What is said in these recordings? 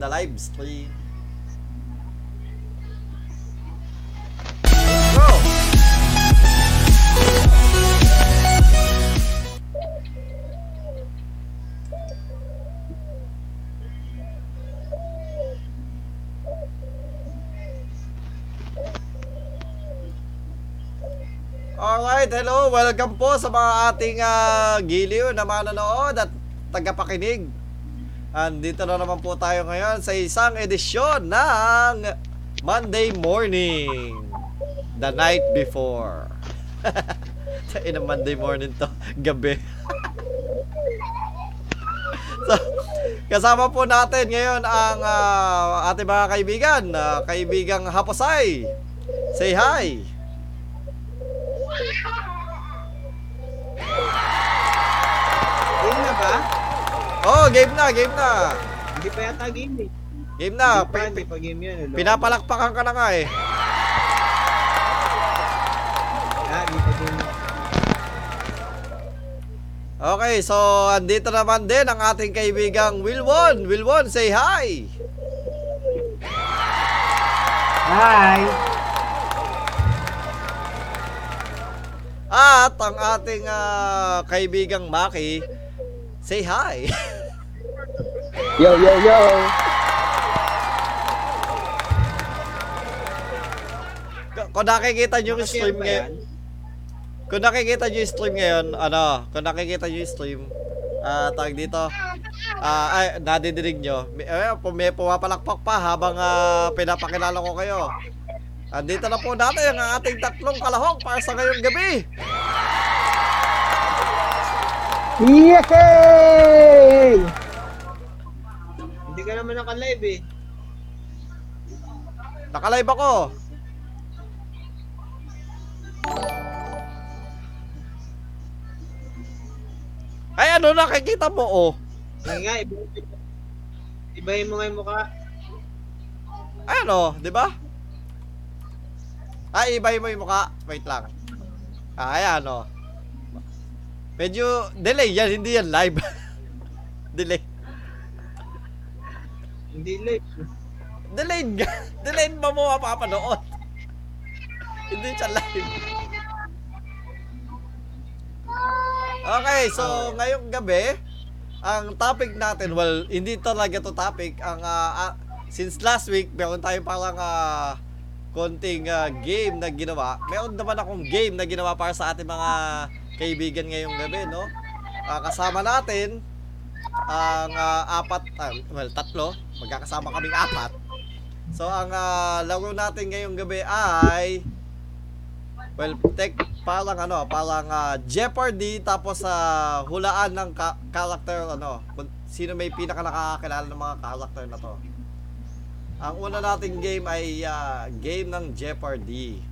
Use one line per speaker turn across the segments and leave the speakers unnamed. the live stream. Go! Alright, hello. Welcome po sa mga ating ah, giliw na manonood at tagapakinig. Andito na naman po tayo ngayon sa isang edisyon ng Monday Morning. The night before. sa ina Monday morning to. Gabi. so, kasama po natin ngayon ang ah, ating mga kaibigan. ah, kaibigang Haposay. Say hi.
Game na ba?
Oh, game na, game na.
Hindi pa yata game eh.
Game
Hindi
na.
pa,
Pi-
hindi pa game yun. Ano?
Pinapalakpakan ka na nga eh.
Ah, hindi pa game.
Okay, so andito naman din ang ating kaibigang Wilwon. Wilwon, say hi!
Hi!
At ang ating ah, kaibigang Maki, say hi!
Yo, yo, yo!
K- kung nakikita nyo yung
Nakashare
stream
ba
ngayon,
yan?
kung nakikita nyo yung stream ngayon, ano, kung nakikita nyo yung stream, ah, tawag dito, ah, ay, nadidinig nyo. May, eh, pum- may pumapalakpak pa habang ah, pinapakilala ko kayo. Andito na po natin ang ating tatlong kalahok para sa ngayong gabi.
Yehey!
Hindi ka naman naka-live eh.
Nakalive ako. Ay, ano nakikita mo, oh?
Yan nga, iba Ibahin mo nga yung mukha.
Ay, ano, di ba? Ay, ibahin mo yung mukha. Wait lang. Ay, ano. Medyo delay yan, hindi yan live. delay.
Hindi live.
Delayed nga. Delayed pa mo mapapanood. Hindi siya live. Okay, so ngayong gabi, ang topic natin, well, hindi talaga to topic. Ang, ah, ah, since last week, meron tayong parang ah, konting ah, game na ginawa. Meron naman akong game na ginawa para sa ating mga kaibigan ngayong gabi, no? Ah, kasama natin, ang ah, apat, ah, well, tatlo, magkakasama kaming apat. So, ang ah, laro natin ngayong gabi ay, well, tech, parang ano, parang ah, Jeopardy, tapos sa hulaan ng ka- character, ano, kung sino may pinaka nakakakilala ng mga character na to. Ang una nating game ay ah, game ng Jeopardy.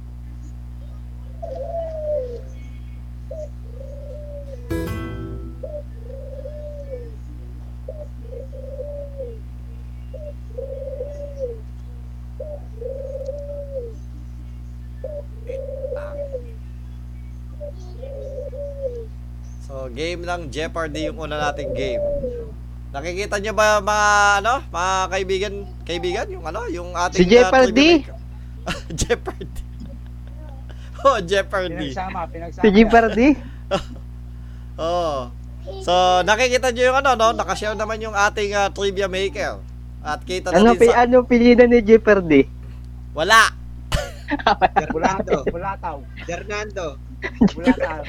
So, game ng Jeopardy yung una nating game. Nakikita nyo ba mga ano, mga kaibigan, kaibigan yung ano, yung ating
Si
uh,
Jeopardy?
trivia- Jeopardy. oh, Jeopardy.
Si Jeopardy?
Oh. So, nakikita nyo yung ano, no? Nakashare naman yung ating ah, trivia maker. At kita na
Ano
din
pi
sa...
ano pilihan ni Jeopardy?
Wala!
Fernando.
Bulataw.
Fernando.
Bulataw.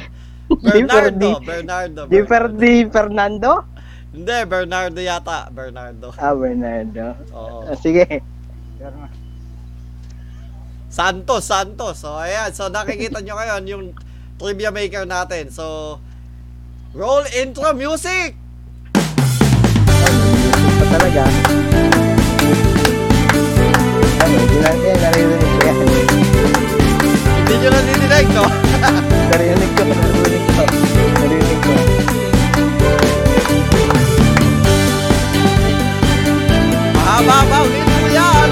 Bernardo!
Jeopardy.
Bernardo! Bernardo.
Jeopardy Fernando?
Hindi, Bernardo yata. Bernardo.
Ah, Bernardo.
Oo.
Ah, sige.
Pero na.
Santos, Santos. So, ayan. So, nakikita nyo ngayon yung trivia maker natin. So, roll intro music!
Ito talaga. Ano, yun natin, naririnig ko yan.
Hindi nyo na dinilig, no?
Naririnig ko, naririnig ko. Naririnig ko.
Mahaba pa, ulitin mo yan!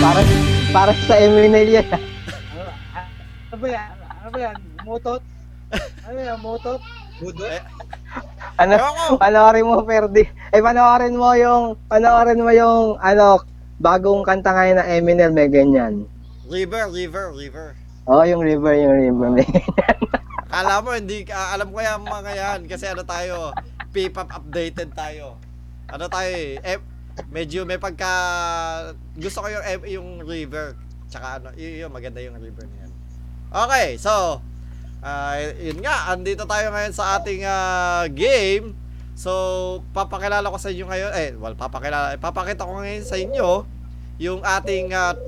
Para, para sa Eminem yan.
Ano? Ano ba yan? Ano ba yan? Mutot? Ano yan? Mutot?
Budot?
Eh,
Ano,
Ewan ko.
panoorin mo, Ferdi. Eh, panoorin mo yung, panoorin mo yung, ano, bagong kanta ngayon na Eminem, may ganyan.
River, river, river.
Oo, oh, yung river, yung river, may ganyan.
Akala mo, hindi, ah, alam ko yan mga yan. Kasi ano tayo, P-pop updated tayo. Ano tayo eh, eh, medyo may pagka, gusto ko yung, eh, yung river. Tsaka ano, y- yun, maganda yung river na yan. Okay, so, ah, yun nga, andito tayo ngayon sa ating ah, game. So, papakilala ko sa inyo ngayon, eh, well, papakilala, eh, papakita ko ngayon sa inyo yung ating ah,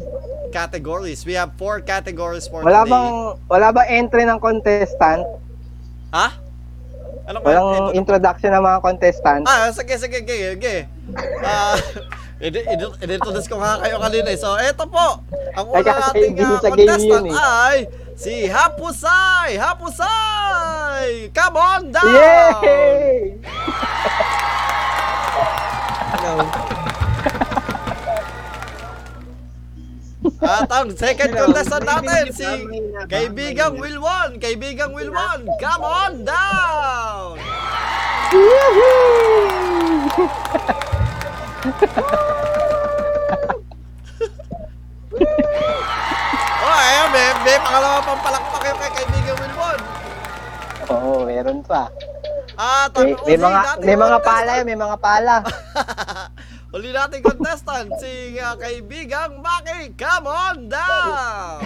categories. We have four categories for
Wala
today.
bang, wala bang entry ng contestant?
Ha? Anong
Walang introduction ng mga contestant?
Ah, sige, sige, sige, sige. Ah, ini- ini- inintroduce ko nga kayo kanina. eh. So, eto po. Ang
Ay,
una
kasi
nating ah,
yun sa game
contestant
yun eh.
ay si Hapusay! Hapusay! Come on down!
Yay!
Hello.
At ang second
Hello.
contestant natin, si
Kaibigan namin.
Kaibigang Wilwon! Kaibigang Wilwon! Come on down! Oh, ayan, may, may pangalawa pang palakpak yung kay Kaibigang Wilwon.
Oo, meron pa.
At ang
May,
huli
may mga,
nating
may mga
contestant-
pala yun, may mga pala.
Uli nating contestant, si uh, kaibigang Maki, come on down!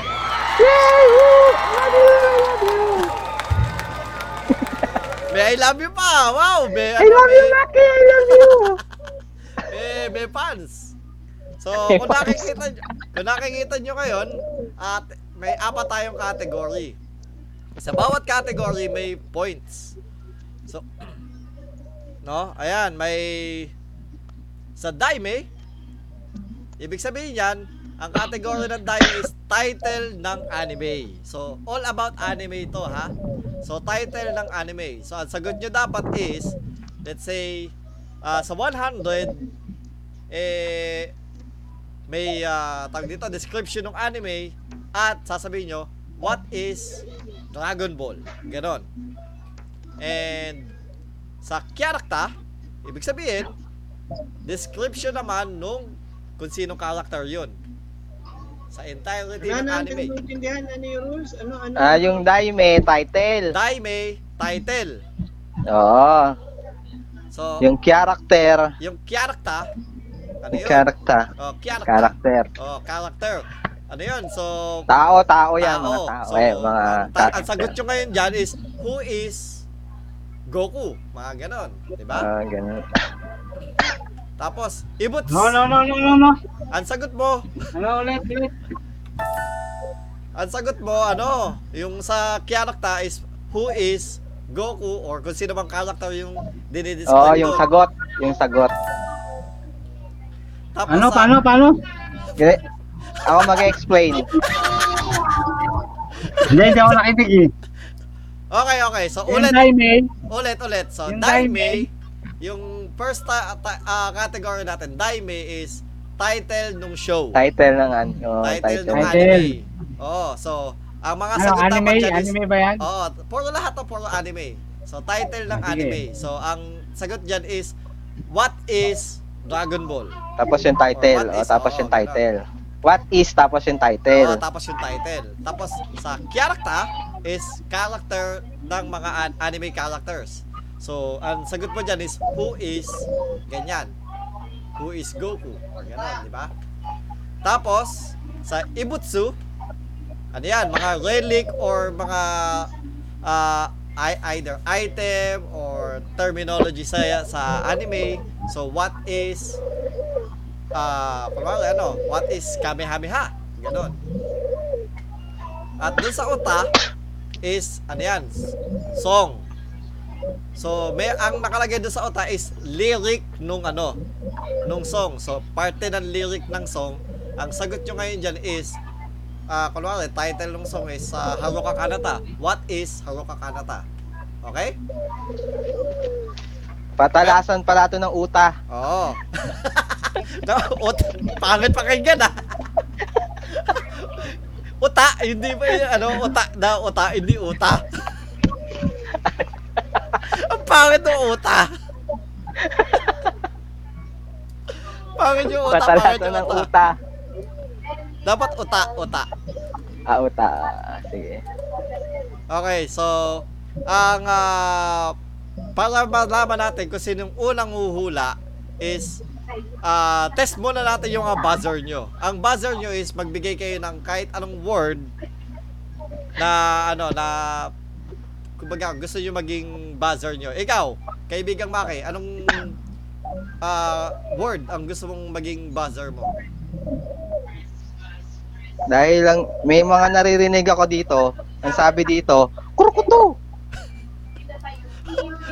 May I love you pa! Wow! May, ano,
I love you,
may,
Maki! I love you!
may, may fans! So,
May
kung
fans.
nakikita, kung nakikita nyo ngayon, at may apat tayong category. Sa bawat category, may points. So, no? Ayan, may... Sa dime, ibig sabihin yan, ang category ng dime is title ng anime. So, all about anime to ha. So, title ng anime. So, ang sagot nyo dapat is, let's say, ah, sa 100, eh, may ah, tawag dito, description ng anime at sasabihin nyo, what is Dragon Ball? Ganon. And sa character, ibig sabihin, description naman nung kung sino character yun. Sa entirety ng
Wala na
anime.
natin maintindihan. Ano yung rules? Ano, ano?
Ah, yung Daime, title.
Daime, title.
Oo,
So, yung,
yung character.
character, ano
Yung
yun?
character.
oh, character.
Character.
Oh, character. Ano yun? So,
Tao, tao yan, mga
tao.
tao.
Ah, So,
eh, mga
ang, ta- ang sagot
character.
nyo ngayon dyan is, who is Goku? Mga ganon. Diba?
Ah, ganun.
Tapos, Ibuts.
No, no, no, no, no, no.
Ang sagot mo,
Ano ulit, ulit?
ang sagot mo, ano, yung sa character is, who is Goku or kung sino bang character yung dinidisplay
Oo,
mo.
yung sagot. Yung sagot.
Tapos,
Ano,
sa-
paano, paano?
Gani- Ako mag-explain.
Hindi, hindi ako nakitig eh.
Okay, okay. So,
Yung
ulit,
time eh.
ulit, ulit. So,
Yung
Daime, yung first ta- ta- ah, category natin, Daime is title nung show.
Title ng ano. oo,
title
title.
ng
Title.
anime. Oh, so ang mga
Ano,
sagot
anime?
dapat dyan is
Anime ba yan?
Oh, puro lahat to puro anime. So title ng
Ah, sige.
anime. So ang sagot diyan is what is Dragon Ball?
Tapos yung
Or
title.
what
oo,
is,
tapos
oo,
yung title. What is tapos yung title?
Oh, tapos yung title. Tapos sa character is character ng mga an- anime characters. So ang sagot mo diyan is who is ganyan. Who is Goku? Or ganun, di ba? Tapos sa Ibutsu, ano yan, mga relic or mga ah, i- either item or terminology sa sa anime. So what is ah, parang ano, what is Kamehameha? Ganon. At dun sa uta is ano yan, song. So may ang nakalagay dun sa uta is lyric nung ano, nung song. So parte ng lyric ng song. Ang sagot nyo ngayon dyan is ah kunwari, title ng song is ah, Haruka Kanata. What is Haruka Kanata? Okay?
Patalasan pala ito ng uta.
Oo. no, ut- pangit pakinggan ah. uta, hindi pa yun, ano, uta na uta, hindi uta. Ang pangit ng uta. pangit yung uta, pangit
Katalato
yung
ng
uta.
uta.
Dapat uta, uta.
Ah, uta. Ah, Sige.
Okay, so, ang, ah, para malaman natin kung sinong unang huhula is, ah, test muna natin yung ah, buzzer nyo. Ang buzzer nyo is magbigay kayo ng kahit anong word na, ano, na, kumbaga, gusto nyo maging buzzer nyo. Ikaw, kaibigang Maki, anong ah, word ang gusto mong maging buzzer mo?
Dahil lang may mga naririnig ako dito, ang sabi dito, kurukuto.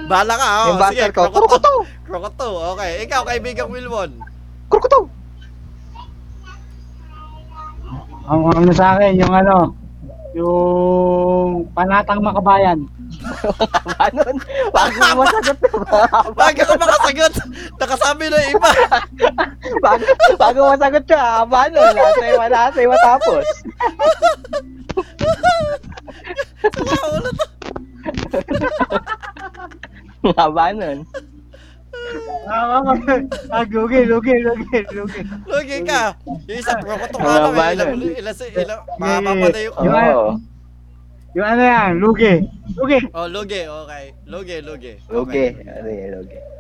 Bala ka, oh.
yung buzzer ko,
krokoto.
kurukuto.
Krokoto, okay. Ikaw, kaibigang Wilwon.
Kurukuto.
Ang ano sa akin, yung ano, yung panatang makabayan.
Ano? Bago mo masagot, diba?
Bago ka makasagot, nakasabi na iba.
bago, bago masagot ka, paano? Last time, last time matapos.
Wow, ano to?
Haba nun.
Ah, ah, ah, lugi, lugi, lugi, lugi.
Lugi ka. Yung isa, prokoto ka
Mga
lang. eh. Ilang,
banan.
ilang, ilang, mapapatay yung...
Yung ano?
Oo.
Yung ano yan, lugi, lugi.
Oh, lugi, okay. Lugi, lugi.
Lugi. Sige, lugi.
O,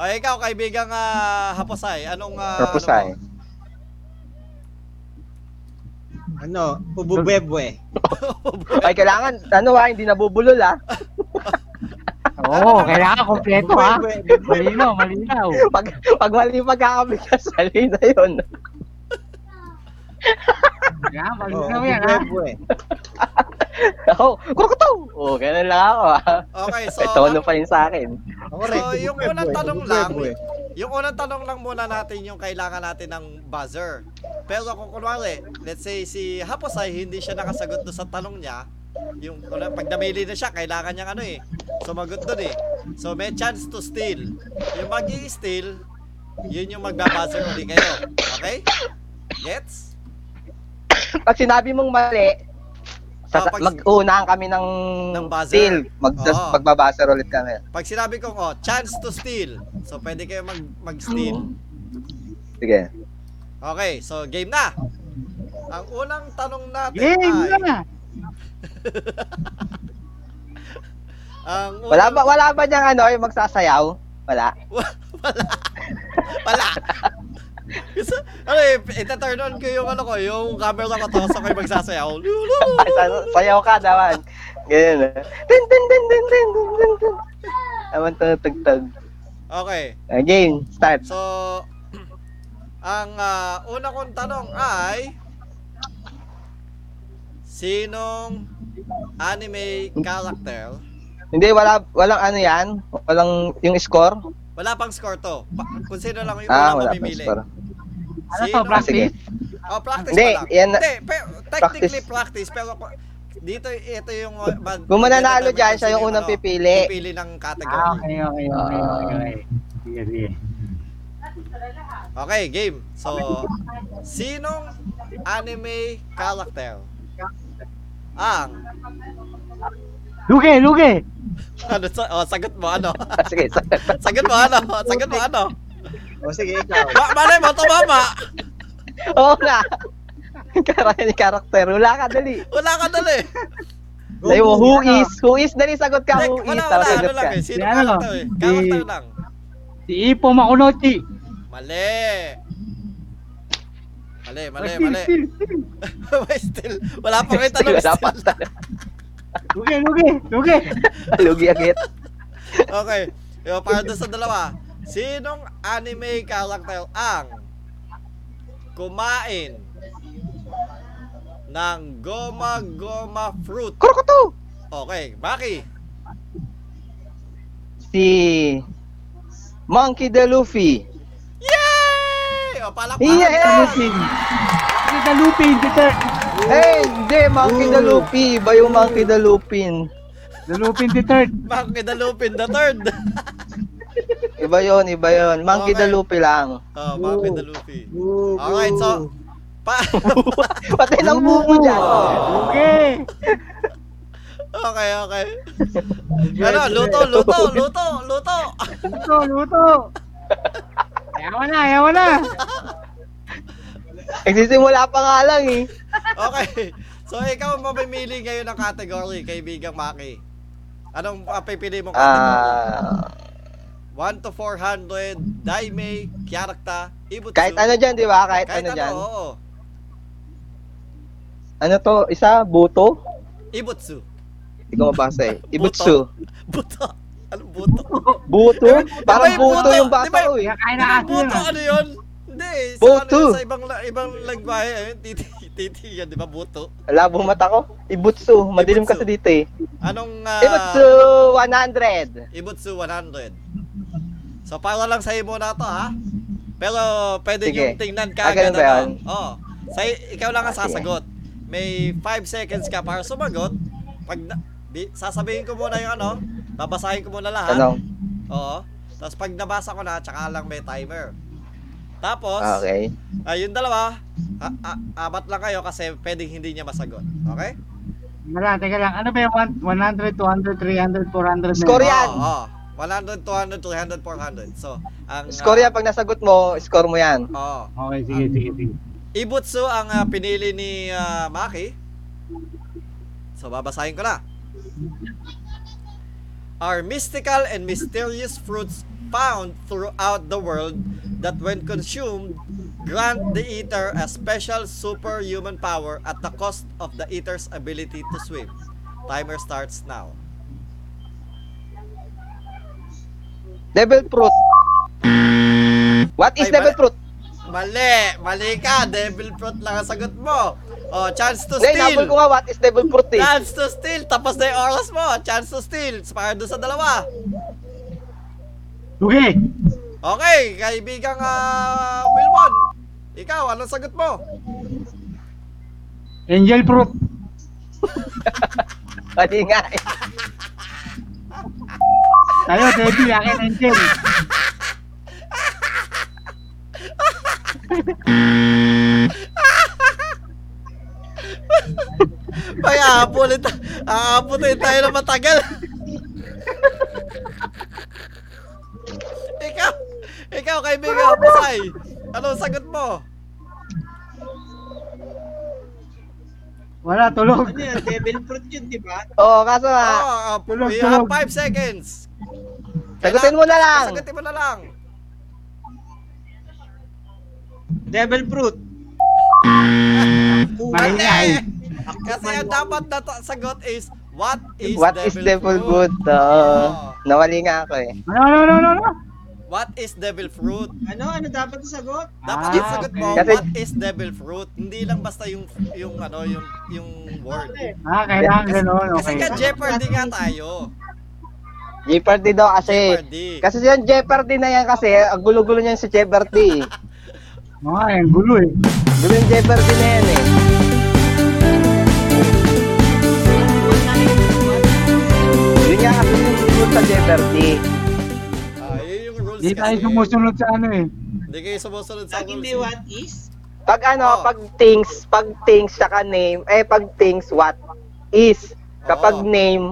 Oh, ikaw, kaibigang ah, Haposay. Anong... ah,
Kapusay.
Ano
Ano? Ububwebwe.
Ay, kailangan, ano ha, hindi nabubulol ha.
Oo,
kailangan kompleto Malinaw, malinaw.
Pag, pag mali yung pagkakabigkas, mali na yun.
Kailangan
Oo,
ah.
ububwebwe.
Ako, kurukuto! Oo, ganun lang ako ha.
mo? okay, so...
May tono pa yun sa akin.
Ako rin. eh,
So, yung
ububwebwe,
unang tanong lang,
ububwebwe.
yung unang tanong lang muna natin yung kailangan natin ng buzzer. Pero kung kunwari, let's say si Haposay hindi siya nakasagot doon sa tanong niya, yung kuna- pag namili na siya, kailangan niya ano eh, sumagot doon eh. So may chance to steal. Yung mag steal yun yung magbabuzzer ulit kayo. Okay? Gets?
Pag sinabi mong mali,
Ah,
sa,
pag-
mag-unahan kami ng,
Ng buzzer.
deal. Mag, just,
Oo.
magbabuzzer ulit kami.
Pag sinabi kong, oh, chance to steal. So pwede kayo mag, mag-steal.
Sige.
Okay, so game na. Ang unang tanong natin
Game
ay...
na!
Ang unang...
Wala ba, wala ba niyang ano, yung magsasayaw? Wala.
Wala. Wala. Gusto, ano eh, itaturn on ko yung ano ko, yung camera ko tapos ako yung magsasayaw. Lulu.
Sa- Sayaw ka naman. Ganyan. ah. Tin, tin, tin, tin, tin, tin, tin, tin. Naman tutugtog.
Okay,
Ah, Game, start.
so, ang ah, una kong tanong ay, sinong anime character?
Hindi, wala, walang ano yan. Walang yung score.
Wala pang score to. Pa- kung sino lang yung
Ah,
unang
wala pang
mamimili.
score.
Ano to,
Sino-
Ah,
Black
Sige.
Oh, practice
Hindi,
pa lang.
yan-
Hindi, pero, technically practice, pero ko- dito, ito yung... uh, mag-
Kung mananalo
determine
dyan,
kung
siya
sino
yung unang
ano,
pipili.
Pipili ng category.
Ah, okay, okay, okay, okay. Sige, sige.
Okay, game. So, sinong anime character? Ang,
Lugi, lugi!
ano, sa, oh, sagot mo, ano?
Ah, Sige, start.
sagot mo, ano? Sagot mo, ano?
O sige, ikaw.
Ma malay mo, tumama!
Oo na. Karang ni karakter. Wala ka, dali.
Wala ka eh. dali.
Dali mo, who is? Who is? Dali, sagot ka.
Tek,
Who is?
ano? wala,
Tapos
wala, ano
sagot
lang
ka.
eh. Sinong
Yan, ano?
character eh? Character
Di-
lang.
Si Ipo Makunochi.
Mali. Mali, mali,
Still,
mali.
still, still.
May still. Wala pa kayo tanong.
Wala pa.
still.
Lugi, lugi, lugi!
Lugi agit.
Okay. Yo, para doon sa dalawa. Sinong anime character ang kumain ng goma goma fruit?
Kurukuto!
Okay, Maki.
Si Monkey D. Luffy.
Yay! O palakpakan.
Yeah!
Si Dalupin, Peter!
Hey, hindi, Monkey D. Luffy. Iba yung Monkey D. Lupin.
Dalupin, Peter!
Maki the Lupin the third.
Iba yun, iba yun. Monkey D.
Okay.
Luffy lang.
Oh, Maki the Luffy.
Woo,
Alright,
woo.
so Pa
Patay ng buko dyan.
Okay.
okay, okay. Ano, luto, luto, luto, luto.
Luto, luto. Ayaw mo na, ayaw mo na.
Nagsisimula pa nga lang eh.
Okay. So, ikaw ang mamimili ngayon ng category, kaibigang Maki. Anong uh, pipili mong category?
Ah,
1 to 400, Daime, Kyarakta, Ibutsu.
kahit ano dyan, di ba? Kahit,
Kahit
ano, dyan.
oo.
Ano to? Isa? Buto?
Ibutsu.
Hindi ko mabasa eh. Ibutsu.
Buto. Ano buto?
Buto?
Di ba yung
Parang buto
buto?
yung
Di ba
basa
yung-
ko eh.
Nakain na
Ano
kasi yun.
buto?
ah.
Ano yun? Hindi. eh, Sa,
Buto.
ano yun, sa ibang, la- ibang lagbahe, eh, titi, titi yan, di ba? Buto.
Labo mata ko. Ibutsu. Madilim
Ibutsu.
kasi dito eh.
Anong... ah,
Ibutsu 100.
Ibutsu 100. So, para lang sa'yo muna to, ha? Pero, pwede
Sige.
yung tingnan ka
Ah, ganun ba yun?
Oo. Sa, ikaw lang ang
Ah, sige.
sasagot. May 5 seconds ka para sumagot. Pag na- di- sasabihin ko muna yung ano, babasahin ko muna lahat.
Tanong.
Oo. Tapos pag nabasa ko na, tsaka lang may timer. Tapos,
Ah, Okay.
ay, yung dalawa, a- a- abat lang kayo kasi pwedeng hindi niya masagot. Okay?
Teka lang, teka lang. Ano ba yung one- 100, 200, 300, 400 na
Score
yun?
yan.
Oo, oo. 100, 200, 300, 400. So, ang...
Score yan. Pag nasagot mo, score mo yan.
ah, oo.
Okay, sige, sige, sige.
Ibutsu ang ah, pinili ni ah, Maki. So babasahin ko na. Are mystical and mysterious fruits found throughout the world that when consumed grant the eater a special superhuman power at the cost of the eater's ability to swim. Timer starts now.
Devil fruit. What
Ay,
is
ba-
devil fruit?
Mali! Mali ka! Devil fruit lang ang sagot mo! Oh, chance to
Hindi, nabol ko
steal!
nga what is devil fruit eh.
Chance to steal! Tapos na yung oras mo! Chance to steal! Para doon sa dalawa!
Sige.
Okay, kaibigang ah, Wilbon. Ikaw, anong sagot mo?
Angel fruit.
Mali nga eh.
Tayo, Debbie, akin angel.
Ay, aapulit. Aapulit tayo na matagal. ikaw, ikaw, kaibigang Pasay. Anong sagot mo?
Wala, tulog.
Ano yan? Devil fruit yun, di ba?
Oo, kaso
Oh, ah,
ha.
Tulog,
you have 5
tulog.
seconds.
Sagutin mo na lang.
Sagutin mo na lang.
Devil fruit.
Maingay.
Kasi ang dapat na ta- sagot is, what is Oh.
What is devil fruit? Oo. Nawali nga ako eh.
Ano, ano, ano, ano, ano?
What is devil fruit?
Ano? Ano dapat ang sagot?
Dapat
Ah,
yung sagot mo,
okay.
Kasi-
what is devil fruit? Hindi lang basta yung yung ano, yung yung word.
Ah, kailangan ganun,
Kasi
okay.
ka Jeopardy nga tayo.
Jeopardy daw kasi.
Jeopardy.
Kasi yan, Jeopardy na yan kasi. Ang gulo-gulo niyan si Jeopardy. eh.
Oo nga, ang gulo eh.
Gulo yung Jeopardy na yan eh. Yun nga kasi yung gulo sa Jeopardy.
Ah, yun yung rules
Hindi tayo
kasi.
sumusunod sa ano eh.
Hindi kayo sumusunod sa
Pag
rules.
hindi what is?
Pag ano,
Oo.
pag things, pag things, saka name, eh pag things, what is. Kapag
Oo.
name,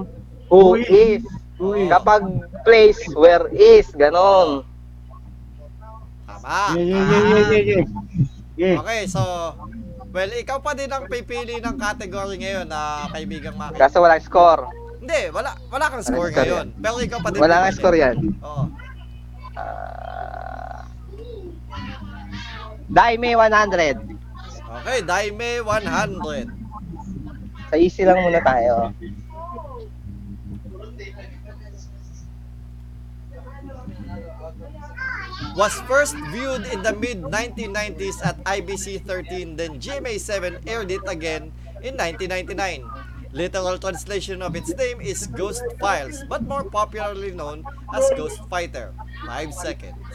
who
Who
is.
Who Oh. is.
Kapag place, where is. Ganon.
Tama. Ah,
Yeah, yeah, yeah, yeah, yeah, yeah. Yeah.
Okay, so Well, ikaw pa din ang pipili ng category ngayon na kaibigang Maki.
Kaso walang score.
Hindi, wala wala kang score
score
ngayon. Pero ikaw pa din.
Wala nga
pipili. Oh,
score yan. Ah.
Oo.
Daime 100.
Okay, Daime 100.
Sa easy lang muna tayo.
was first viewed in the mid 1990s at IBC 13 then GMA7 aired it again in 1999. Literal translation of its name is Ghost Files but more popularly known as Ghost Fighter. 5 seconds.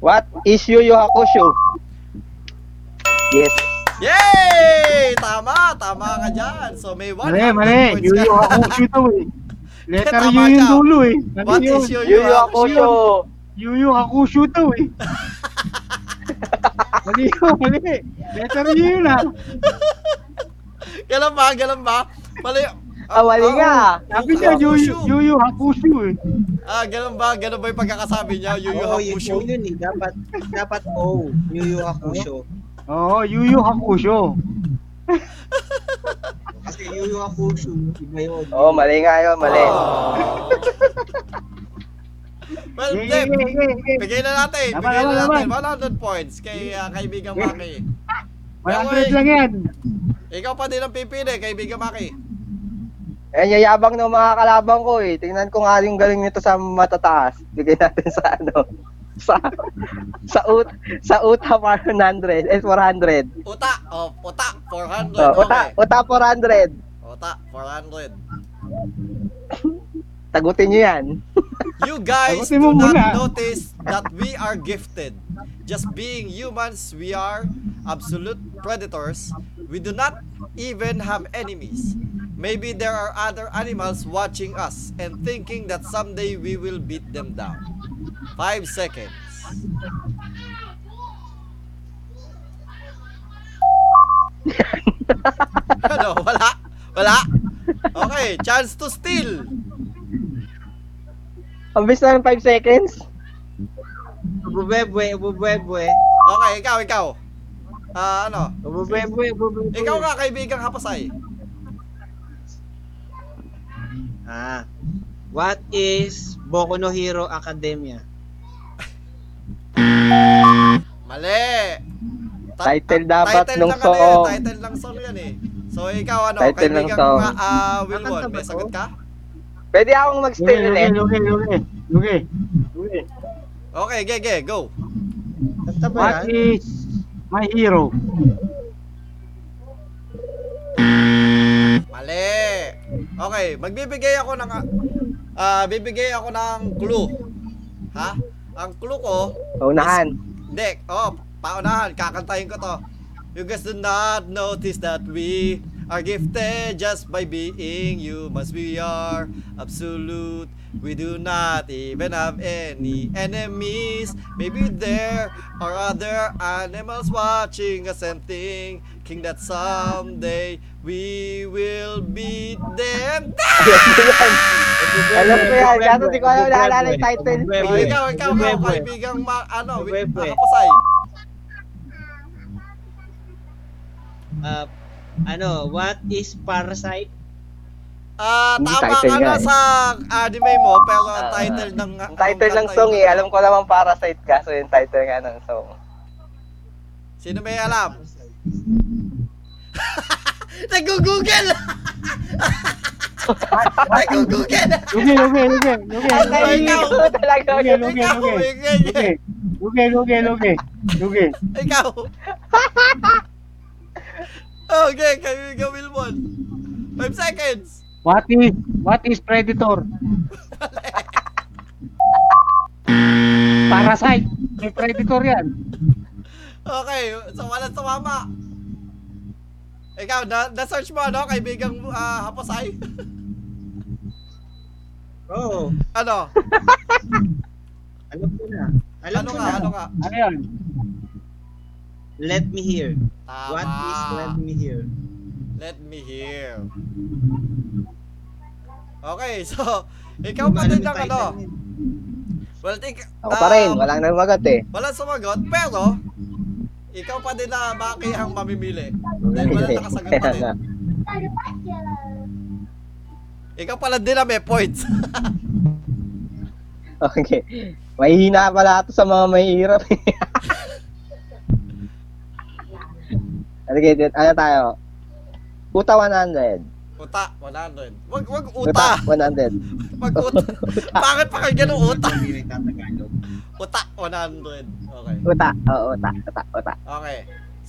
What is Yu Yu Hakusho? Yes.
Yay! Tama, tama ka dyan. So may 100
Mali, mali.
points
Yuyo
ka.
ako shito eh. Letter
Tama
U yung
ka.
dulo eh. Ano
What
yun?
is Yu
Yu Yu
Yu Hakusho?
Hakusho.
Yuyo ako shito eh. Mali yun, mali. Letter U yun ah.
Ganun ba? Ganun ba? Mali.
Ah, mali nga.
Sabi niya, Yu Yu, Yu Yu Hakushu eh.
Ah, ganun ba? Ganun ba yung pagkakasabi niya? Yu Yu
Oo, yun
Hakusho?
yun yun eh. Dapat, dapat O. Yu Yu Hakusho.
Oo, Yu Yu Hakusho.
Kasi Yu Yu Hakusho, iba yun.
Oo, mali nga yun,
Ah.
mali.
Oh. well,
Yeah,
Deb,
yeah, yeah, yeah.
bigay na natin.
Tama,
Bigay na
tama,
natin. 100 points kay ah, kaibigan Maki.
100 lang yan.
Ikaw pa din ang pipili, kaibigan Maki.
Eh, yayabang ng mga kalabang ko eh. Tingnan ko nga yung galing nito sa matataas. Bigay natin sa ano. Sa sa ut sa uta 100 eh 400.
Uta. Oh, uta. 400.
Oh, uta
Okay.
uta 400.
Uta. 400.
Tagutin niyo 'yan.
You guys
Sagutin
do
mo muna.
not notice that we are gifted. Just being humans, we are absolute predators. We do not even have enemies. Maybe there are other animals watching us and thinking that someday we will beat them down. Five seconds. ano? Wala? Wala? Okay, chance to steal.
Ang bilis na ng 5 seconds.
Ububebwe, ububebwe.
Okay, ikaw, ikaw. Ah, ano?
Ububebwe, ububebwe.
Ikaw nga, kaibigang hapasay.
Ah. What is Boku no Hero Academia?
Mali! Ta-
Title
ta-
dapat
title
nung
lang ano yun,
song.
Title lang song yan eh. So, ikaw ano,
Title ng
kaibigang
song.
ma, ah, Wilwon,
Kakanta ba
may
to?
sagot ka?
Pwede akong mag-steal
Lugi,
ulit.
lugi, lugi, lugi. Lugi.
Okay, ge, ge, go.
Kanta ba
What
yan?
is my hero?
Mali! Okay, magbibigay ako ng, ah, ah, bibigay ako ng clue. Ha? Ang clue ko,
Unahan.
Dek, oh, paunahan, kakantahin ko to. You guys do not notice that we are gifted just by being humans. We are absolute. We do not even have any enemies. Maybe there are other animals watching us and thinking that someday we will beat them.
Alam ko yan, kaso di ko alam naalala yung title.
Oh,
Ububebwe,
ikaw, ikaw, ikaw,
ububebwe.
kaibigang ma- ano, wi-
Bebe.
makapasay.
Ah, ano, what is Parasite?
Ah,
Hindi
tama ka
title nga
na
eh.
sa anime mo, pero ang
Ah,
title ng...
Ang title ng song eh, alam ko naman Parasite kaso yung title nga ng song.
Sino may alam? Nag-google! Nag-google!
Lugi, lugi, lugi. Lugi,
Ay,
Ang tayo
ikaw.
ko talaga.
Lugi, lugi,
Ikaw,
lugi.
ikaw,
Lugi, lugi, lugi, lugi. Lugi.
ikaw. Okay, kayo ikaw, Wilbon. 5 seconds.
What is, what is predator? Parasite. May predator yan.
Okay, so wala sumama. Ikaw, na- na-search mo, ano, kaibigang ah, hapasay?
Oh,
ano?
alam ko na. Alam
Ano
ko
nga,
na.
ano nga?
Ano yan?
Let me hear.
Tama.
What is let me hear?
Let me hear. Okay, so, ikaw pa din ang ano. Well, ik-
Ako pa rin,
um,
walang namagat eh.
Walang sumagot, pero, ikaw pa din na maki ang mamimili. Dahil wala nakasagot pa
Kaya
din.
nga.
Ikaw pala din na may points.
Okay. Mahihina pala ito sa mga mahihirap. okay, dit- ano tayo? Uta 100.
Uta, 100. Wag, wag uta.
Uta 100.
Wag uta. Bakit pa kayo ganun uta?
Hindi nagtatagalog.
Uta, 100. Okay.
Uta. Oo, uta. Uta, uta.
Okay.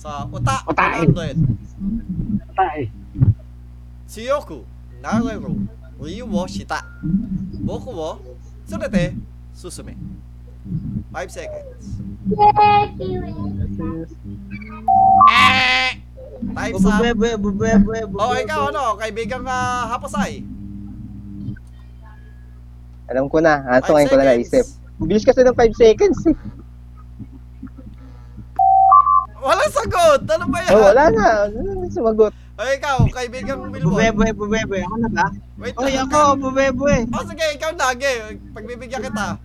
So, uta,
Uta.
100.
Patay.
Tsuyoku, Nareru, Ryu wo shita. Boku wo tsurete susume. 5 seconds. Time's up.
Ububebwe, ububebwe, ububebwe.
Oh, ikaw ano, kaibigang ah, hapasay.
Alam ko na. Aso
Five
ngayon ko na
seconds.
naisip. Bilis kasi ng 5 seconds eh.
Walang sagot! Ano ba yan?
Oh, wala na. Wala na Sumagot.
O ikaw, kaibigang Wilbon.
Bubebe, bubebe. Ako na Ano ba? Ano
Wait
Oy,
lang.
ako, bubebe.
O sige, ikaw lagi. Pagbibigyan kita.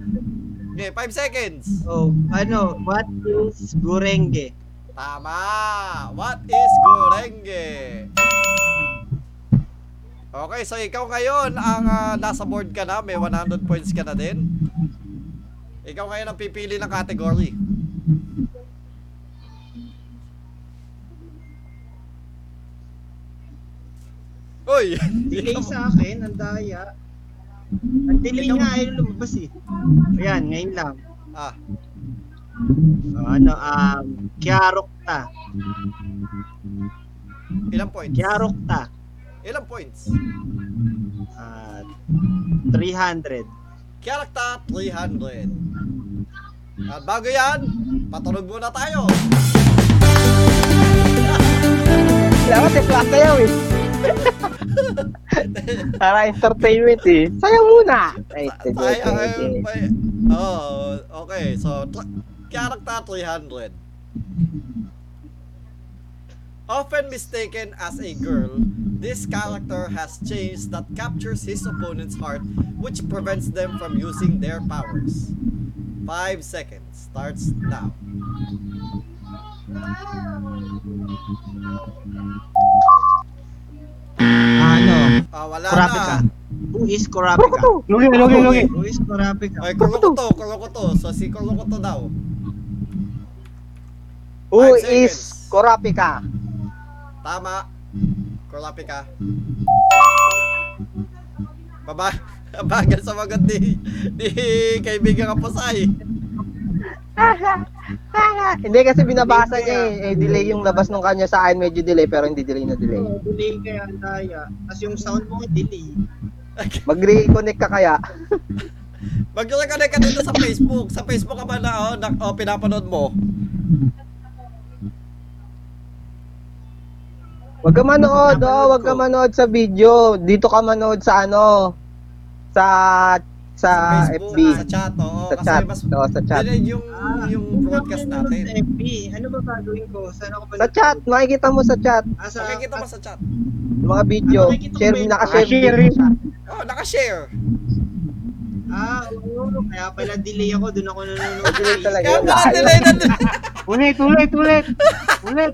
Okay, 5 seconds.
Oh, ano, what is gurenge?
Tama! What is gorenge? Okay, so ikaw ngayon ang ah, nasa board ka na. May 100 points ka na din. Ikaw ngayon ang pipili ng category. Uy!
Delay sa akin, ang daya. Ang delay nga, ayun lumabas eh. Ayan, ngayon lang.
ah,
Oh, ano, um, Kiarokta.
ilang points?
Kiarokta.
Ilang points?
Ah, 300.
Character 300. At bago yan, patunog muna tayo.
Kailangan si Flash sayaw eh. Para entertainment eh. Sayaw muna. Ay, sige,
Ay,
sige,
ay,
sige.
ay, oh, okay. So, tra- character 300. Often mistaken as a girl, this character has chains that captures his opponent's heart, which prevents them from using their powers. Five seconds starts now.
Ah, ano,
Ah, wala
Kurapika.
na.
Who is Kurapika?
Lugi, lugi, lugi.
Who is Kurapika?
Okay, kulokoto, kulokoto. So, si kulokoto daw.
Who
Five seconds.
is Kurapika?
Tama. Kurlapi ka. Baba, bagal sa magot ni, ni kaibigan Kapusay.
Ah, Hindi kasi binabasa niya eh. eh. Delay yung labas nung kanya sa akin. Medyo delay pero hindi delay na delay.
Oh, delay kaya ang daya. Tapos yung sound mo, delay.
Mag-reconnect ka kaya.
Mag-reconnect ka dito sa Facebook. Sa Facebook ka ba na, oh, na, oh pinapanood mo?
Wag ka manood, oh, wag ka manood sa video. Dito ka manood sa ano? Sa sa,
Sa
FB,
Facebook, sa chat, oo.
sa
kasi
chat,
mas,
Oo, sa chat.
yun yung, Ah, yung broadcast
Ano ba
natin.
sa FB? Ano ba gagawin ko? Saan ako
Sa chat, makikita mo sa chat
Ah, sa,
Okay, kita mo sa chat.
mga
Ano
video.
Ah, makikita ko ba
Share
yun?
naka-share.
Ah, share
din
yun.
siya.
Oh, naka-share.
Ah, oo. Kaya pala delay ako. Doon ako nanonood.
Delay talaga.
Kaya pala delay na delay.
Ulit, ulit, ulit. Ulit,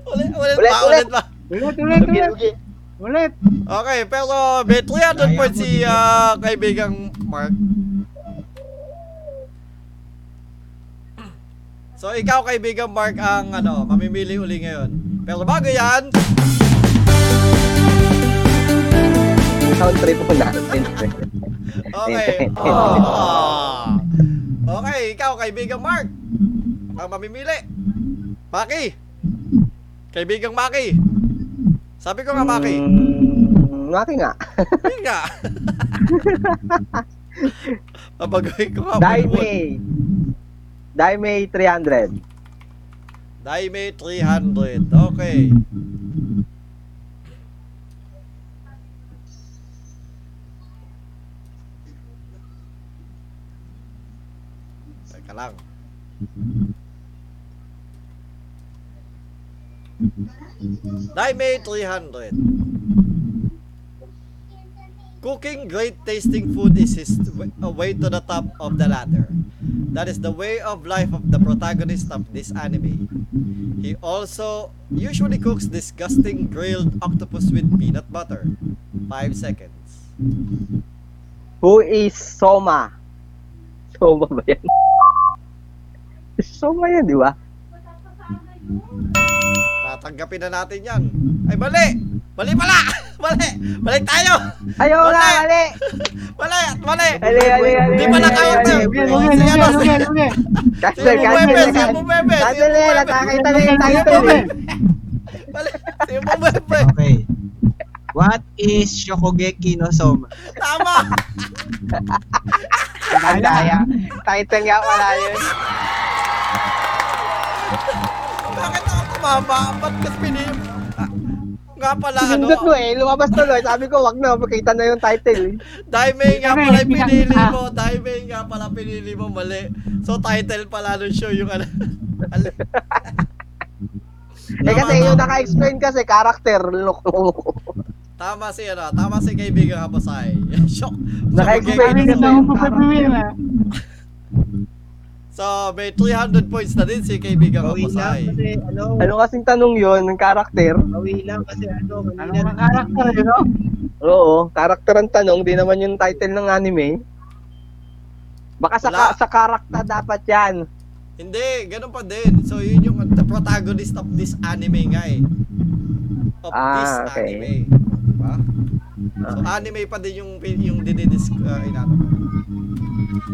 Ulit, ulit, pa,
Ulit, ulit.
ulit pa.
ulit, ulit,
Lugi,
ulit.
lugi.
Ulit.
Okay, pero may 300 points si ah, kaibigang Mark. So ikaw kaibigang Mark ang ano, mamimili uli ngayon. Pero bago yan,
Sound trip mo natin.
okay. Ah. Okay, ikaw kaibigang Mark. Ang mamimili. Maki. Kaibigang Maki. Sabi ko nga Maki.
Mm, Maki nga.
Yun nga. Pabagoy ko nga. Bulbul.
Daimei. Daimei 300.
Daime 300. Okay. Teka lang. Daime 300. Cooking great tasting food is his w- a way to the top of the ladder. That is the way of life of the protagonist of this anime. He also usually cooks disgusting grilled octopus with peanut butter. 5 seconds.
Who is Soma? Soma ba yan? Soma yan, di ba?
Tatanggapin na natin yan. Ay, mali! Mali pala! Mali! Balik tayo!
Ayaw
Wala.
na, ali!
Mali! at Mali!
Ali, ali, ali!
Di pala
ali,
kayo,
ali,
sir.
Lugi,
ali.
lugi, lugi, lugi, lugi.
Cancel,
Sige,
cancel,
bumebe! Sige,
cancel.
bumebe!
Cancel na yan, nakakita na yung
Lugi,
title
lugi.
eh.
Mali! Sige, bumebe!
Okay. What is Shokugeki no Soma?
Tama!
Ang daya. Title nga wala yun.
Bakit ako tumama? Ba't kasi pinim? Ah, Nga pala, ano?
Sindot mo eh, lumabas tuloy. Sabi ko, wag na, makita na yung title eh.
Daimei nga
Kami,
pala yung
hindi kami-
pinili
ah.
mo. Daimei nga pala pinili mo. Mali. So, title pala nung show yung ano. Mali.
Eh kasi yung naka-explain kasi character look.
Tama si ano, tama si kaibigan Habasay. Shock.
Naka-explain
Okay, ganun.
Sabi ko na ako pa na.
So, may 300 points na din si kaibigan
Bawi lang
Habasay.
kasi ano,
Ano kasing tanong yun? Ng character?
bawi lang kasi ano,
Ano
kanina.
mga karakter, you know?
Oo, character ang tanong, di naman yung title ng anime. Baka sa,
Wala.
ka- sa character dapat yan.
Hindi, ganun pa din. So, yun yung the protagonist of this anime nga eh. Of this
Ah, okay. Ah.
anime. Diba? So, anime pa din yung, yung dinidis... Uh, inano ko.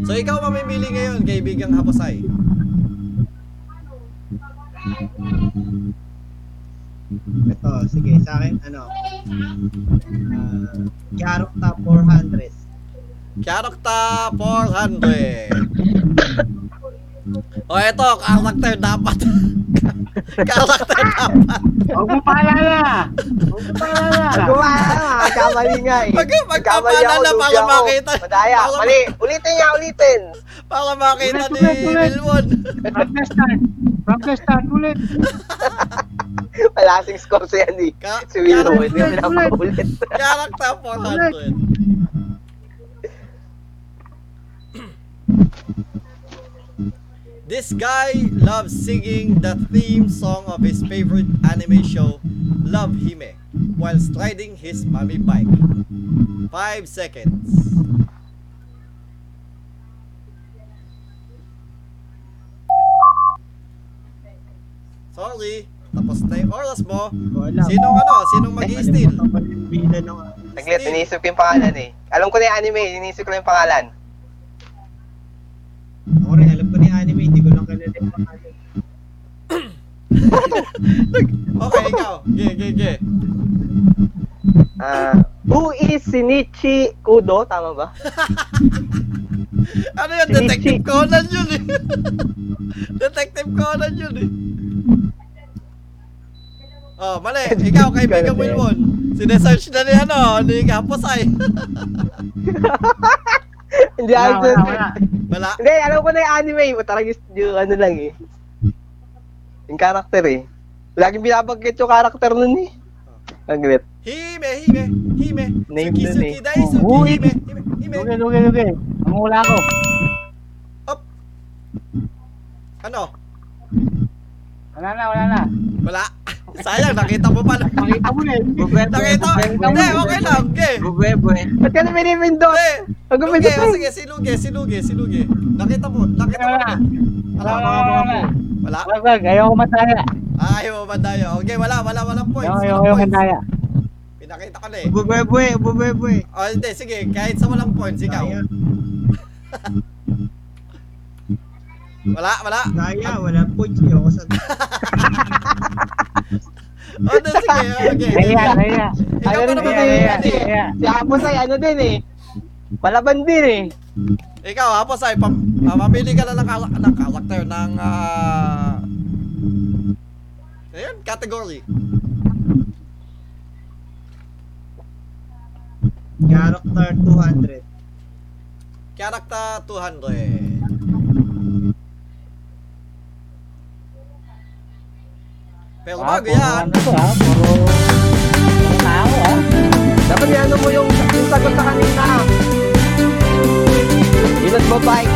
So, ikaw mamimili ngayon, kaibigang Habasay.
Ito, sige, sa akin, ano. Uh, Yarokta 400.
Character 400. o, eto, character dapat. character dapat.
Huwag mo paalala! Huwag mo paalala!
Gawa nga, kamali nga eh.
Pag,
Kamali ako,
pagkapalala
lugi
para
ako.
makita.
Madaya,
para-
mali. Ulitin niya, ulitin.
Para makita ni
Ulit, ulit, ulit.
Wilwon.
From the start! From the start ulit!
Malasing score siya ni
Ka-
si Willow.
Ulit,
Hindi mo na paulit.
ulit.
Character 400. This guy loves singing the theme song of his favorite anime show, Love Hime, whilst riding his mommy bike. Five seconds. Sorry, tapos na yung oras mo.
Wala.
Sinong ano? Sinong mag-steal?
Bila ng
Saglit, iniisip ko yung pangalan eh. Alam ko na yung anime, iniisip ko na yung pangalan.
Ako rin, alam ko na yung anime, hindi ko lang kanila yung pangalan.
Okay, ikaw. Ge, ge, ge.
Ah, who is Shinichi Kudo? Tama ba?
Ano yun?
Sige,
Detective
sige.
Conan yun eh. Detective Conan yun eh. Oh, mali. Ikaw, kaibigan
Conan eh.
Wilwon. Sinesearch na ni ano, ni Kaposay.
Hindi,
Wala,
alam ko-
wala, wala.
Wala.
Hindi, alam ko na yung anime. eh. Parang yung, yung ano lang eh. Yung character eh. Laging binabanggit yung character nun eh. Ang great.
Hime, hime, hime.
Name
suki,
dun
suki,
eh.
dai, suki,
Oh,
hime, hime, hime.
Lugi, lugi, lugi. Ang hula ko.
Up. Ano?
Wala na, wala na.
Wala. Sayang, nakita mo pa.
Makita mo na eh.
Nakita. Hindi, okay lang. Ge.
Bubwebwe.
Ba't ka namin imindot?
Hindi.
Ang eh. gawin
Lugi, oh,
ko
sige, silugi, silugi, silugi. Nakita mo, nakita mo.
Wala.
na.
Wala,
Wala.
wala, wala, wala.
Wala.
Ah, Wag, wag. Ayaw ko mataya.
Ay, mo mandaya. Okay, wala, wala, wala points.
Ayaw, ayaw,
Walang
ayaw
points.
mataya.
Pinakita ko na eh.
Bubwebwe, bubwebwe.
Oh, hindi, sige, kahit sa walang points, ikaw.
Daya,
Wala, wala.
daya, wala po. Ayoko sa...
Oh, no, sige, okay.
Naya, naya.
Ikaw pa
Ano
naman
ba
may
yun?
Naya,
ano eh.
naya.
Si Apos ay ano din eh. Palaban din eh.
Ikaw, hapos ay, pam, ah, mamili ka na ng, kala- ng character, ng, ah... ayun, category.
Character 200.
Character 200. Pero
Ah,
bago yan,
puro ano to, ah. Puro- puro tao, ah.
Dapat ano mo yung, yung sagot sa kanina. Yun at babae.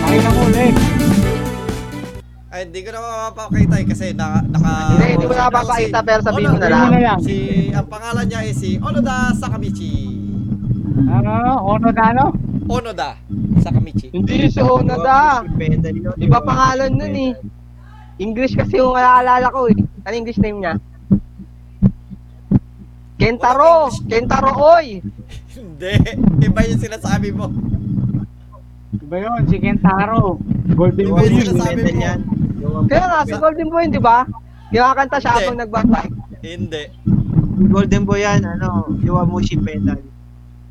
Pakita mo ulit.
ay, hindi ko na mapapakita eh, kasi naka... naka
Hindi, hindi mo napapakita, pero sabihin mo na
Sabihin mo na
lang.
lang.
Si, ang pangalan niya ay si Onoda Sakamichi.
Ano, ano, ono na ano?
Onoda Sakamichi.
Hindi si Onada. Iba pangalan nun eh. English kasi yung alaalala ko eh. Ano English name niya? Kentaro! Kentaro Oy!
Hindi. Iba yung sinasabi mo.
Iba yun, si Kentaro. Golden
Iba
Boy
yung
yun.
sinasabi
Pwede
mo.
yan.
Kaya nga, sa Golden Boy, di ba? Kinakanta siya
Hindi.
habang nagbabike.
Hindi.
Golden Boy yan, ano, Iwamushi Pedal.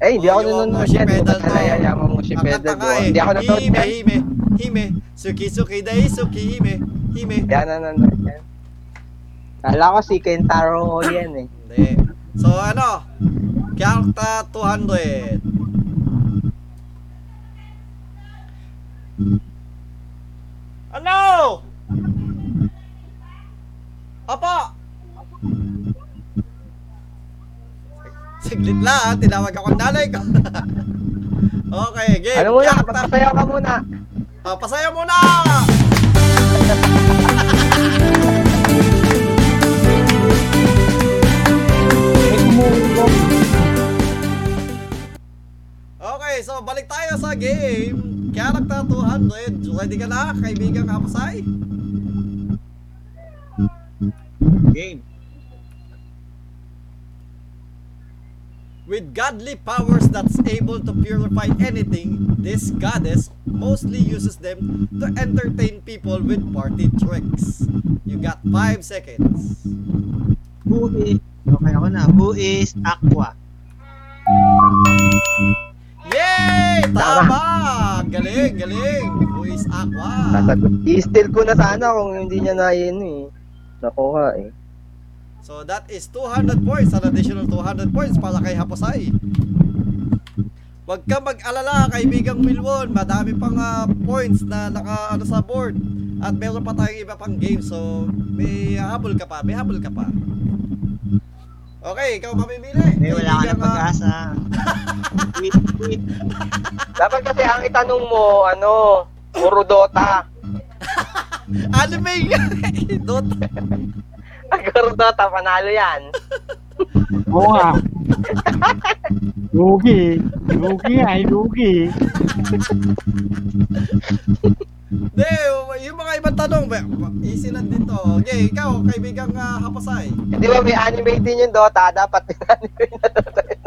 Eh, hindi
Oh,
ako
yung
nanonood
Moshi
yan. Hindi
Pedal
ko
to.
nalayayaman mo si
Ang
Pedal.
kanta
di
nga
ba?
eh.
Hindi ako nanonood
Hime,
yan.
hime, hime. Suki, suki, dai, suki, hime, hime.
Hindi ako nanonood yan. Kala ko si Kentaro Oy yan eh.
Hindi. So ano? Kyarta 200. Ano? Apo! Siglit lang, ah. tinawag ako ng nanay ko. okay, game.
Ano muna?
Jack, ta-
Papasayaw ka muna.
Ah, pasaya muna! Okay, so balik tayo sa game. Character 200. Ready ka na, kaibigan Kapasay?
Game.
With godly powers that's able to purify anything, this goddess mostly uses them to entertain people with party tricks. You got 5 seconds.
Who is... Okay, ako na. Who is Aqua?
Yay!
Hmm.
Tama! Galing, galing! Who is Aqua?
Sasagot. I-steal ko na sana kung hindi niya na yun eh. Nakuha eh.
So that is 200 points, an additional 200 points para kay Haposay. Huwag ka mag-alala, kaibigang Wilwon. Madami pang ah, points na naka ano, sa board. At meron pa tayong iba pang game. So, may habol ka pa. May habol ka pa. Okay, ikaw mamimili.
Eh, wala
Kaibigang,
ka
ah,
ng pag-asa. Wait, wait.
Dapat kasi ang itanong mo, ano, puro Dota.
Anime! Dota.
Puro Dota, panalo yan.
Oo nga. Lugi. Lugi ay lugi.
Hindi, yung mga ibang tanong, easy lang dito. Okay, ikaw, kaibigang ah, Hapasay.
Di ba may anime din yung Dota? Dapat may anime na Dota. yun.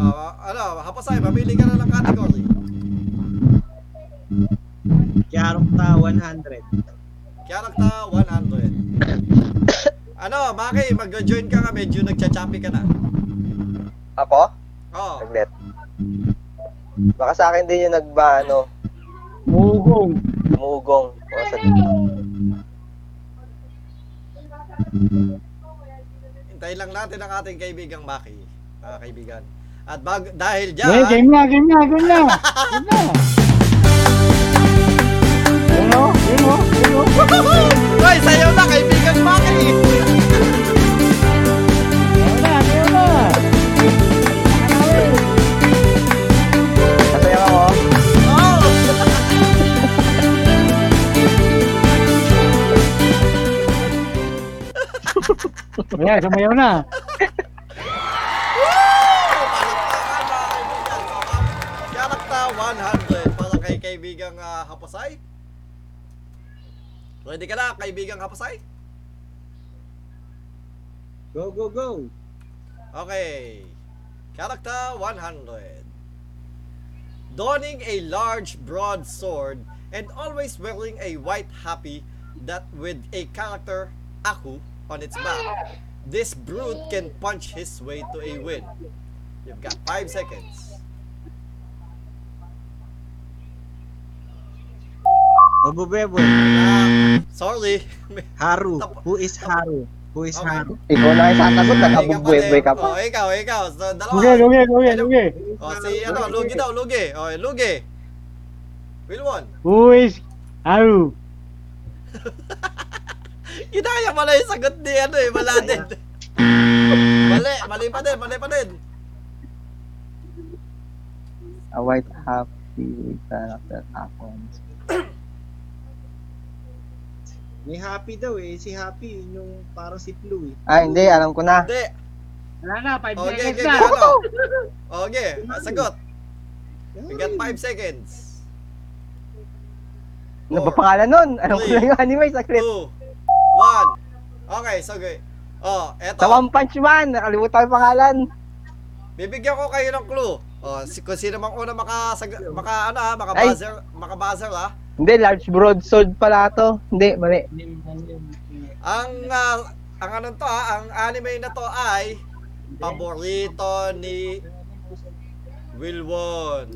Ah, ano, Hapasay, mamili ka na ng category.
Charokta 100.
Character 100. ano, Maki, mag-join ka nga, medyo nagchachapi ka na. Oh,
Ako?
Oo.
Saglit. Baka sa akin din yung nagba, ano,
Mugong.
mugong. O, saglit.
hintayin lang natin ang ating kaibigang Maki. Ah, kaibigan. At bag, dahil dyan,
Yeah, game na, game na, game na. Game na. Game o, game o, game o.
Hoy, sayo na, kaibigan Maki!
Game na, game na.
Masaya ako.
Oh!
Ayan, sumayaw na.
Palakpakan, mga kaibigan. So, ang Character 100 para kay kaibigang ah, Hapasay. Ready ka na, kaibigang Hapasay?
Go, go, go.
Okay. Character 100. Donning a large broad sword and always wearing a white happy that with a character Aku on its back. This brute can punch his way to a win. You've got 5 seconds.
Obubebo.
Ah, sorry.
Haru. Who is Haru? Who is
Okay.
Haru?
Ikaw na yung sasagot,
Ikaw
nagkabugwebwe oh. ka
Oh,
pa.
ikaw, ikaw. So, dalawa.
Lugi, lugi, lugi, lugi.
Oh, si ano, lugi daw, lugi. Oh, lugi. Wilwon.
Who is Haru?
Kinaya pala yung sagot ni ano eh, wala din. mali, mali pa din, mali pa din.
A white happy with character ako.
May Happy daw eh. Si Happy, yun yung parang si Blue eh.
Ah, hindi. Alam ko na.
Hindi.
Wala na, 5
Okay, okay,
seconds na.
okay, ano? Okay, sagot. We got
Ay,
5 seconds.
Ano ba pangalan nun? Alam ko na yung anime, saglit.
2, 1. Okay, so okay. Oh, eto.
Sa One Punch Man, nakalimutan ko yung pangalan.
Bibigyan ko kayo ng clue. Oh, si kung sino mang una maka maka ano ah, maka
Ay.
buzzer, maka buzzer ah.
Hindi, large broadsword pala to. Hindi, mali.
Ang ah, ang ano to ah, ang anime na to ay paborito ni Wilwon.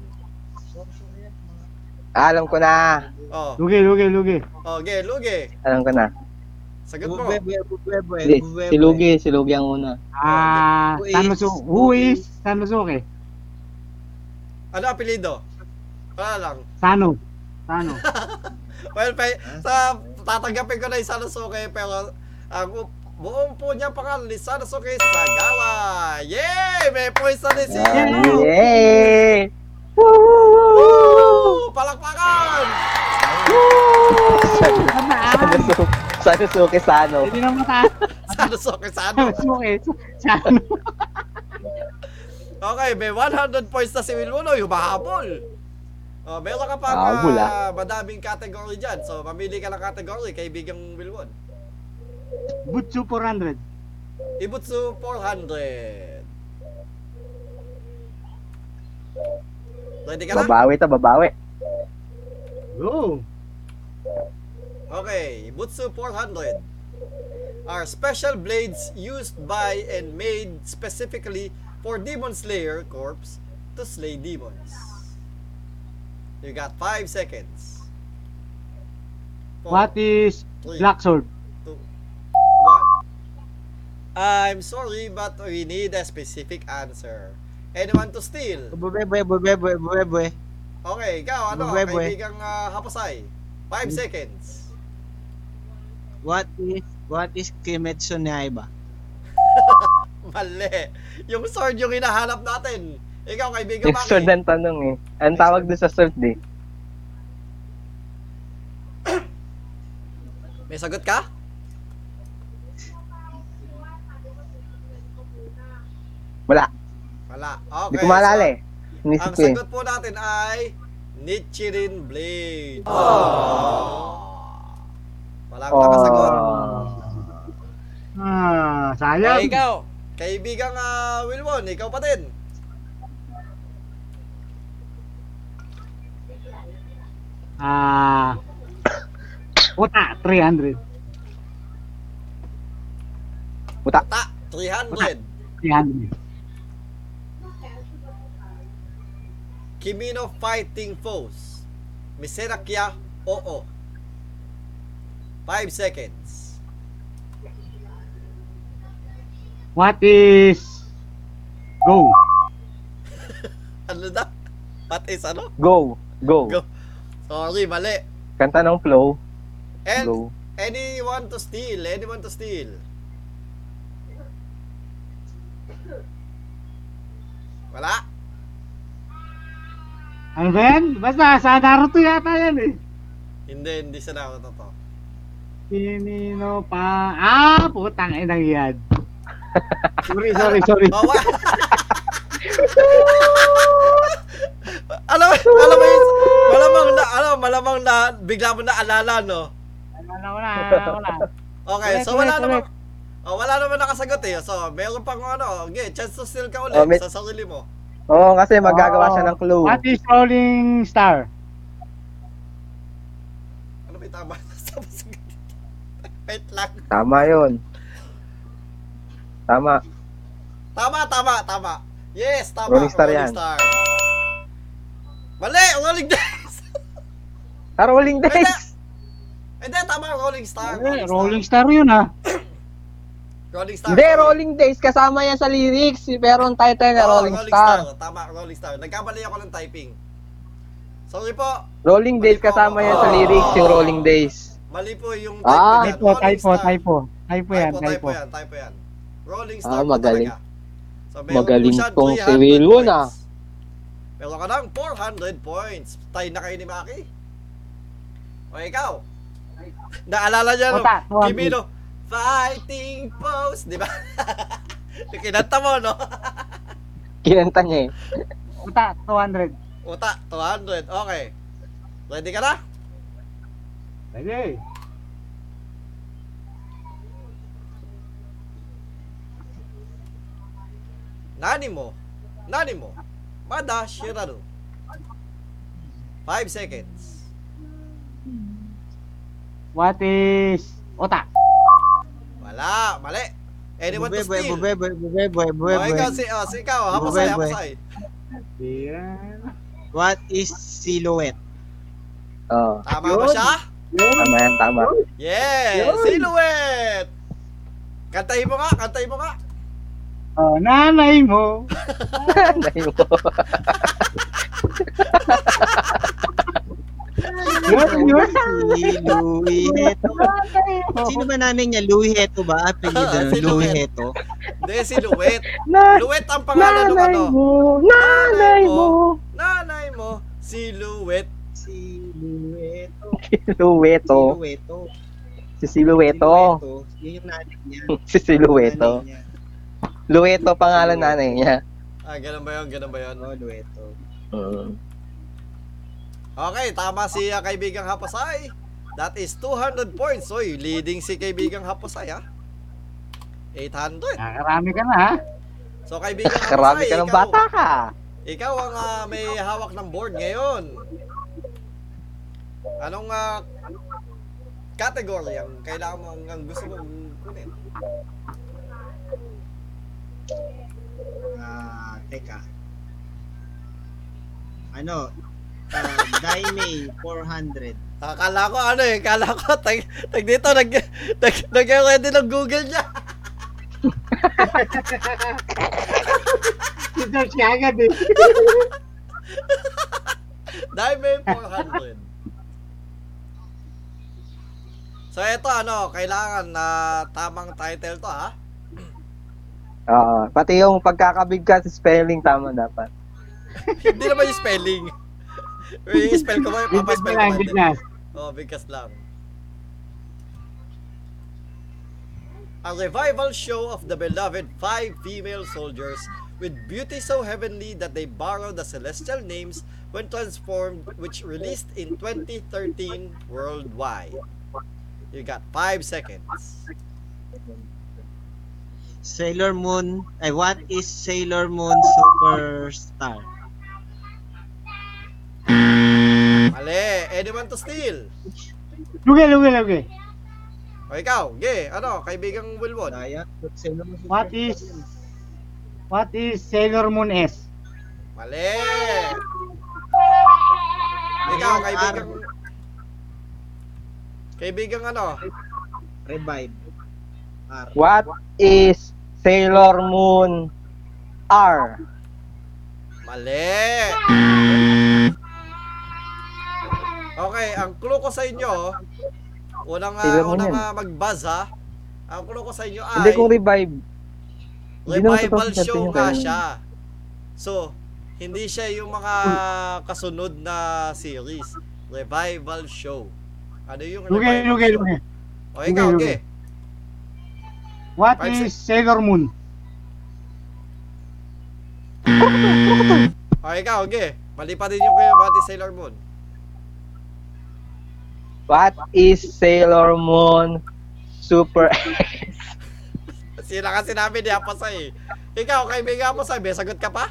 Alam ko na.
Oh,
Lugi, lugi, lugi.
oh, ge, luge.
Alam ko na.
Sagot mo.
Obubebo, obubebo,
Hindi,
obubebo.
si Lugi, si Lugi ang una.
Ah,
Who is-
San Masuke. Who is San Masuke?
Ano apelido? Wala lang.
Sano. Sano.
Well, pe, sa, tatanggapin ko na yung Sanosuke, pero ang u- buong po niya pangalan ni Sanosuke Sagala. Yay! May points na din si
Ah,
Woo!
Yay!
Palakpakan! Ah.
Sanusuke, Sanusuke Sano.
Hindi na mataas.
Sanosuke Sano.
Suki. Sa ano?
Okay, may 100 points na si Wilmunoy. Humahabol! Oh, meron ka pa
Habol,
na madaming category dyan. So, mamili ka ng category, kaibigang Wilwon.
Butsu 400.
Ibutsu 400. Ready ka na?
Babawi to, babawi.
Go!
Okay, Ibutsu 400 are special blades used by and made specifically for Demon Slayer Corps to slay demons. You got 5 seconds. Four,
What is
three,
Black Sword?
two, one. I'm sorry, but we need a specific answer. Anyone to
eh.
steal?
Bubebe, bubebe, bubebe.
Okay, ikaw, ano,
Bubuhay, buhay.
kaibigang ah, hapasay. Five seconds.
What is, what is Kimetsu no Yaiba?
Mali. Yung sword yung hinahanap natin. Ikaw, kaibigang
Yung sword
Maki.
ang tanong eh. Ang tawag doon sa sword eh.
May sagot ka?
Wala.
Wala. Okay.
Hindi ko maalala eh.
so,
Inisip
ang
ko eh.
sagot po natin ay Nichirin Blade. Oh. Wala akong nakasagot. Oh.
Oh.
Ah,
Okay,
sayang.
ikaw, kaibigang ah, Wilwon, ikaw pa din.
Ah. oh, Uta, 300.
Ta, 300.
300.
Kimino Fighting Foes. Miserakya Oo. 5 seconds.
What is Go?
Ano na? What is ano?
Go. Go.
Go. Sorry, mali.
Kanta ng flow.
And
Go.
anyone to steal, anyone to steal. Wala.
Ano ba yan? Basta sa Naruto yata yan eh.
Hindi, hindi siya nakakata to.
Pinino pa... Ah, putang ina yan. sorry, sorry, sorry.
Oh, wa- alam, alam mo yun, malamang na, alam, malamang na, bigla mo na alala, no?
Wala, wala, wala, wala.
Okay,
Correct,
so wala
correct,
naman, oh, wala naman nakasagot eh. So, meron pang ano, okay, chance to steal ka ulit
Oh, may-
sa sarili mo.
Oo, kasi magagawa
Ah.
siya ng clue.
What is Rolling Star?
Ano may tama sa sagot? Wait lang.
Tama yun. Tama.
Tama, tama, tama. Yes, tama.
Rolling Star yan.
Star. Mali, Rolling Days.
Sa rolling dice.
Hindi, tama, Rolling Star.
Eh, Rolling Star yun ah.
Star. Rolling Star.
Hindi, Rolling Days. Kasama yan sa lyrics. Pero ang title na
Oo,
Rolling Star.
Tama, Rolling Oh, Star. Nagkamali ako ng typing. Sorry po.
Rolling dice kasama yan sa lyrics yung rolling days.
Mali po yung type ko dyan.
Ah,
Typo,
Rolling
typo,
Star.
typo. Typo yan,
Typo,
typo.
typo yan, typo yan. Rolling Star
Ah,
po
magaling.
talaga. So, meron
Magaling
po siya
tong si
300
Wilwon,
points.
ah.
Meron ka ng 400 points. Tayo na kayo ni Maki. O ikaw. Naalala niya no?
Punta, 200.
Kimino. Fighting pose. Di ba? Yung Kinanta mo, no?
Kinanta niya eh.
Uta, 200.
Uta, 200. Okay. Ready ka na?
Pwede.
Nani mo? Nani mo? Mada Shirano. 5 seconds.
What is Uta?
Wala, mali. Anyone to
Bubebe,
steal?
bubebe, bubebe,
Oh, ikaw,
bubebe.
si, oh, si ikaw, hapasay,
Bubebe.
hapasay.
Yan.
What is silhouette?
Oo.
Tama ba siya?
Tama yan, tama.
Yes! Silhouette! Kantahin mo nga, kantahin mo nga.
Oh, nanay mo.
Nanay mo.
Yun, yun.
Si Louie Heto. Sino ba nanay niya? Louie Heto ba? Apelido
Ah, si
ng Louie
Louie.
Heto.
Hindi, si Luwet.
Na,
Luwet ang pangalan ng
nanay
ano.
mo, nanay mo.
Nanay mo, si Luwet.
Si Louie Heto. Si
Silueto.
Louie Heto. Si
Si Silueto.
Louie Heto. Yun yung nanay niya.
Si Silueto.
Nanay niya.
Lueto pangalan nanay niya.
Ah, ganun ba yun? Ganun ba yun?
Oh,
Uh.
Ano, Louie Heto.
Mm.
Okay, tama si ah, kaibigang Haposay. That is 200 points. Oy, leading si kaibigang ah. Haposay, ha? 800.
Nakarami ka na, ha?
So, kaibigang Haposay,
Karami ka ng
ikaw-
bata ka.
Ikaw ang ah, may hawak ng board ngayon. Anong ah, category ang kailangan mo, ang gusto mong kunin?
Ah, teka. Ano? Uh, Daimei 400.
Akala ko ano eh, akala ko tag, tag dito nag nag nag ready ng Google niya.
Ito siya agad, eh.
Dahil may 400. So ito ano, kailangan na tamang title to ha.
Oo. Pati yung pagkakabigkas spelling tama dapat.
Hindi naman yung spelling. I-spell ko ba?
Bigkas na
Papaspell ko
lang,
ba?
bigkas.
Oh, bigkas lang. A revival show of the beloved five female soldiers with beauty so heavenly that they borrow the celestial names when transformed, which released in 2013 worldwide. You got five seconds.
Sailor Moon. Ay, what is Sailor Moon Superstar?
Mali, anyone to steal.
Lugi, lugi, lugi.
O ikaw, ge, ano, kaibigang Wilwon.
Daya? Sailor Moon
What is... What is Sailor Moon S?
Mali. Ikaw, kaibigang... Kaibigang ano,
Revive. R.
What is Sailor Moon R?
Mali! Okay, ang clue ko sa inyo, unang, uh,
Tignan mo
unang
yan.
ah, mag-buzz ha, ang clue ko sa inyo
Hindi
ay
kung revive. hindi naman
revival
totoo
show
sabihin
nga
kayo.
siya. So, hindi siya yung mga kasunod na series. Revival show. Ano yung
Lugi,
revival
lugi,
show?
lugi.
O, ikaw, okay.
Lugi, lugi. What
Five
is Sailor Moon?
O, Oh, ikaw, okay. Mali pa din yung kayo, Bati Sailor Moon.
What is Sailor Moon Super
Sila ka sinabi ni Apasay. eh. Ikaw, kaibigan mo sabi, sagot ka pa?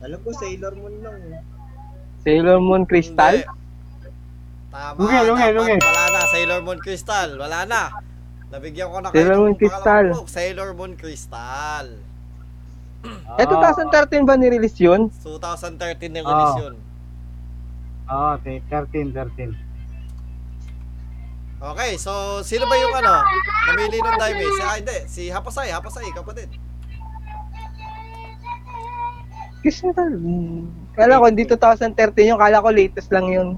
Alam ko Sailor Moon lang. eh.
Sailor Moon Crystal?
Hindi. Tama.
Lugi, lugi,
dapat.
lugi.
Wala na, Sailor Moon Crystal. Wala na. Nabigyan ko na kayo
Sailor
ng
Moon
pangalawang
Crystal.
book, Sailor Moon Crystal. Ah.
Eh,
Oh.
2013 ba nirelease yun?
2013 na release
Ah.
yun.
Oh, okay. 13, 13.
Okay, so sino ba yung ano? Namili ng Daime? Si, ah, hindi. Si Hapasay, Hapasay, kapatid.
Crystal. Kala ko hindi 2013 yun. Kala ko latest lang yun.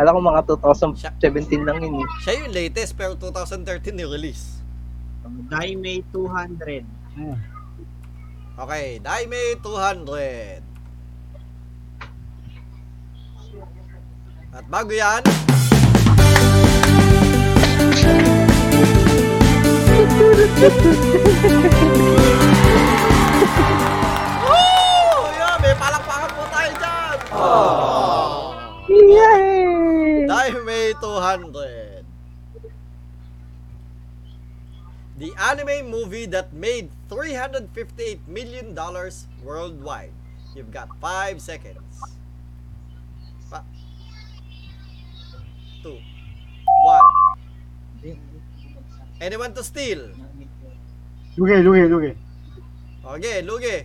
Kala ko mga 2017 lang yun. eh.
Siya yung latest, pero 2013 ni release.
Daimei 200.
Ah.
Okay, Daime 200. At bago yan, Woo! Yun, Oh, may palakpakan po tayo dyan!
Yay!
Dahil may 200. The anime movie that made 358 million dollars worldwide. You've got 5 seconds. 2 Two. One. Anyone to steal?
Lugi, lugi, lugi.
Okay, Luge.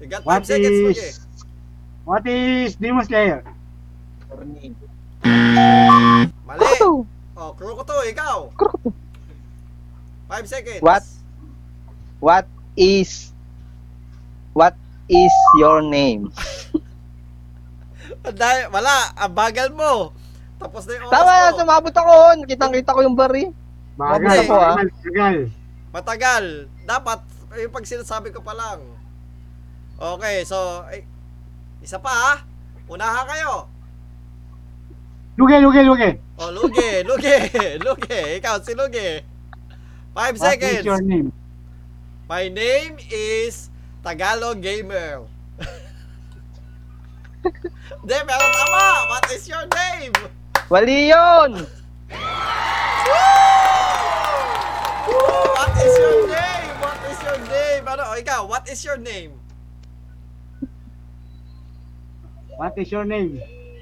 You got 5
What
seconds, Luge.
is... What is Demon Slayer?
Ano
Mali. Oh, crew ko to, ikaw. 5 seconds.
What? What is
What is your name?
Dahil, wala, ang bagal mo. Tapos na yung oras
Tama na,
mo.
sumabot ako. Kitang-kita ko yung bari.
Bagal,
Okay.
bagal, bagal.
Matagal. Dapat, yung pag sinasabi ko pa lang. Okay, so, ay, isa pa ha. Unahan kayo.
Luge, luge, luge.
O, Luge, Luge, Luge. Ikaw, si Luge. Five
What is your
seconds.
name?
My name is Tagalog Gamer. Hindi, pero tama. What is your name?
Wali yun!
What is your name? What is your name? Ano, o, ikaw, what is your name?
What is your name?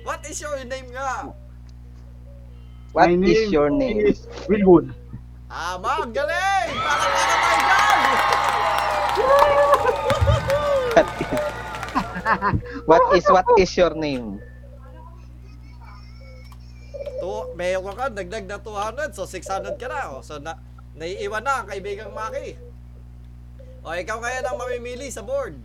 What is your name nga?
What
My
is your name?
Is Wilwood.
Tama, ang galing! Parang para tayo dyan!
What is what is your name?
Tu- meron ka, dagdag na 200, so 600 ka na. Oh. So, na, naiiwan na ang kaibigang Maki. O, ikaw kaya nang mamimili sa board.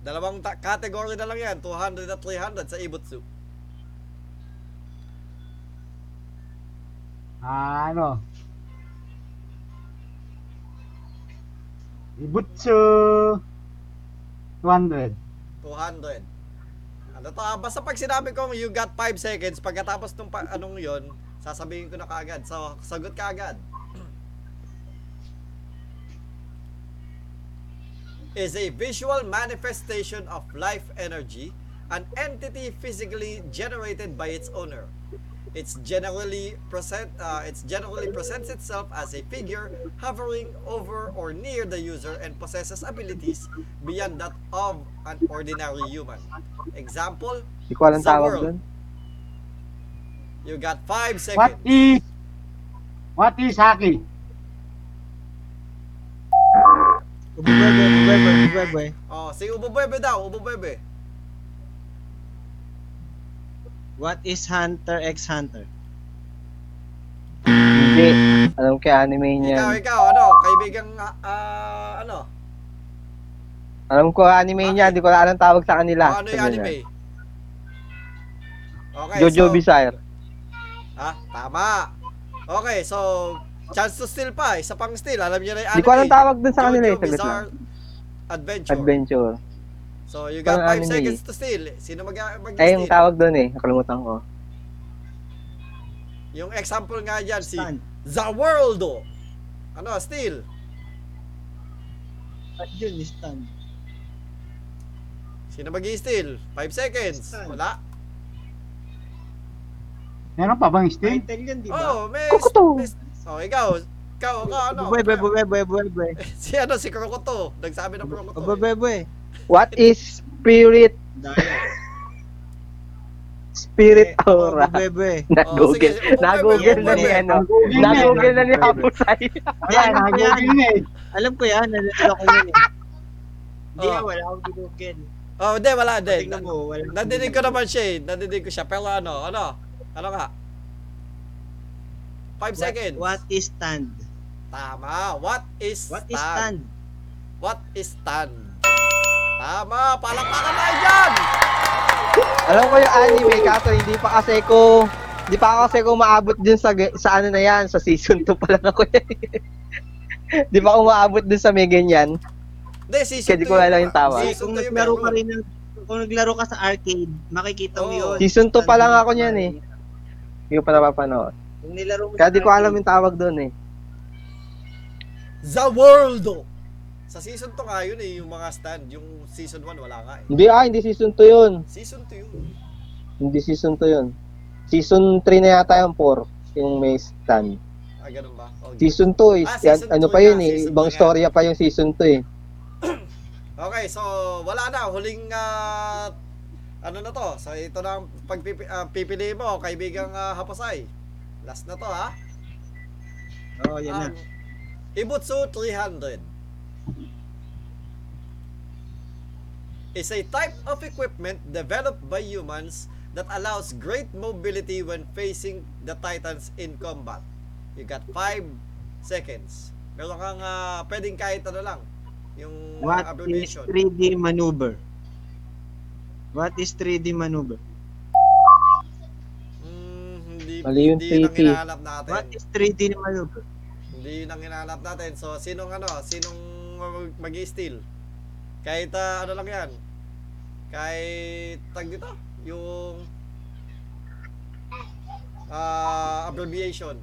Dalawang ta- category na lang yan, 200 at 300 sa Ibutsu.
Ah, ano? Ibutsu 200.
200. Ano to? ah, Basta pag sinabi kong you got 5 seconds, pagkatapos nung pa- anong yon, sasabihin ko na kaagad. So, sagot ka agad. Is a visual manifestation of life energy, an entity physically generated by its owner. It's generally present. Uh, it's generally presents itself as a figure hovering over or near the user and possesses abilities beyond that of an ordinary human. Example,
Hindi ko alam
Sa
tawag
world.
doon.
you got five
What
seconds.
is What is haki?
Ububebe, ububebe, ububebe.
Oh, si Ubo Bebe daw, Ubo Bebe.
What is Hunter x Hunter?
Hindi. Alam ko yung anime niya.
Ikaw, ikaw, ano, kaibigang, ah, ah, ano,
Alam ko yung anime niya. Hindi ko alam anong tawag sa kanila.
ano yung
Sabi na.
anime? Okay,
Jojo
so,
Bizarre.
ah, tama. Okay, so, chance to steal pa, isa pang steal, alam niyo na yung anime.
Hindi ko alam tawag doon sa kanila. eh.
Jojo
Saglit lang.
Bizarre Adventure.
Adventure.
So, you got
Parang
5
anime.
seconds to steal. Sino mag- mag-
Eh, yung tawag doon eh. Nakalimutan ko.
Yung example nga dyan, si
Stan.
The World. oh. Ano, steal.
At yun, stand.
Sino mag steal 5 seconds.
Stan.
Wala.
Meron pa bang steam?
Title yun, di ba?
Oh, may...
Kokoto.
may- Oh, ikaw. Ikaw, ikaw, ano?
Ububebe, ububebe, ububebe.
si ano, si Krokoto. Nagsabi ng Krokoto.
Ububebe.
What is spirit
Daya.
Spirit
Eh,
Aura.
Ububebe.
Nag-google.
oh, sige, sige.
Nag-google na ni
Google.
ano.
Google na.
Nag-google na ni Hapusay.
Ayan, nag-google na eh.
Alam ko yan, nalala ko yun eh. Hindi,
Oh.
wala akong ginugin.
Oh, hindi, wala, hindi.
Tingnan mo, wala. akong
Nadinig ko naman siya eh. Nadinig ko siya. Pero ano, ano? Ano ka? 5
What-
seconds.
What is stand?
Tama. What is
What is stand?
What is stand? Tama. Palakpakan na yan!
Alam ko yung anime kaso hindi pa kasi ko hindi pa kasi ko maabot dun sa sa ano na yan sa season 2 pa lang ako yan.
Di ba umaabot dun sa may ganyan?
Hindi, season
Hindi
2
ko wala yung tawag.
Kasi
Season
kung
2 yung
naglaro
meron.
ka rin ng kung naglaro ka sa arcade, makikita mo
Oo.
yun.
Season 2 pa lang ako niyan eh.
Hindi ko pa napapanood.
Kung nilaro mo
Kaya di ko alam
arcade,
yung tawag doon eh.
The World! oh. Sa season 2 nga yun eh, yung mga stand. Yung season 1 wala nga eh.
Hindi ah, hindi season 2 yun.
Season 2 yun.
Hindi season 2 yun. Season 3 na yata yung 4 yung may stand.
Ah, ganun ba? Okay,
Season 2 is
Ah,
yan,
season
ano
two
pa
nga,
yun eh,
season
ibang
two nga.
storya pa yung season 2 eh.
okay so wala na. Huling ah, ano na to? So ito na ang pagpipi, ah, pipiliin mo, kaibigang ah, Hapasay. Last na to ha.
Oo, yun na.
Ang Ibutsu 300 is a type of equipment developed by humans that allows great mobility when facing the titans in combat. You got 5 seconds. Meron kang ah, pwedeng kahit ano lang. Yung
What is
abbreviation.
3D maneuver? What is 3D maneuver?
Mm, hindi,
Mali yun,
hindi yun ang
Titi.
hinahanap natin.
What is 3D maneuver?
Hindi yun ang hinahanap natin. So, sinong ano, sinong mag steal Kahit ah, ano lang yan. Kahit, tag dito, yung ah abbreviation.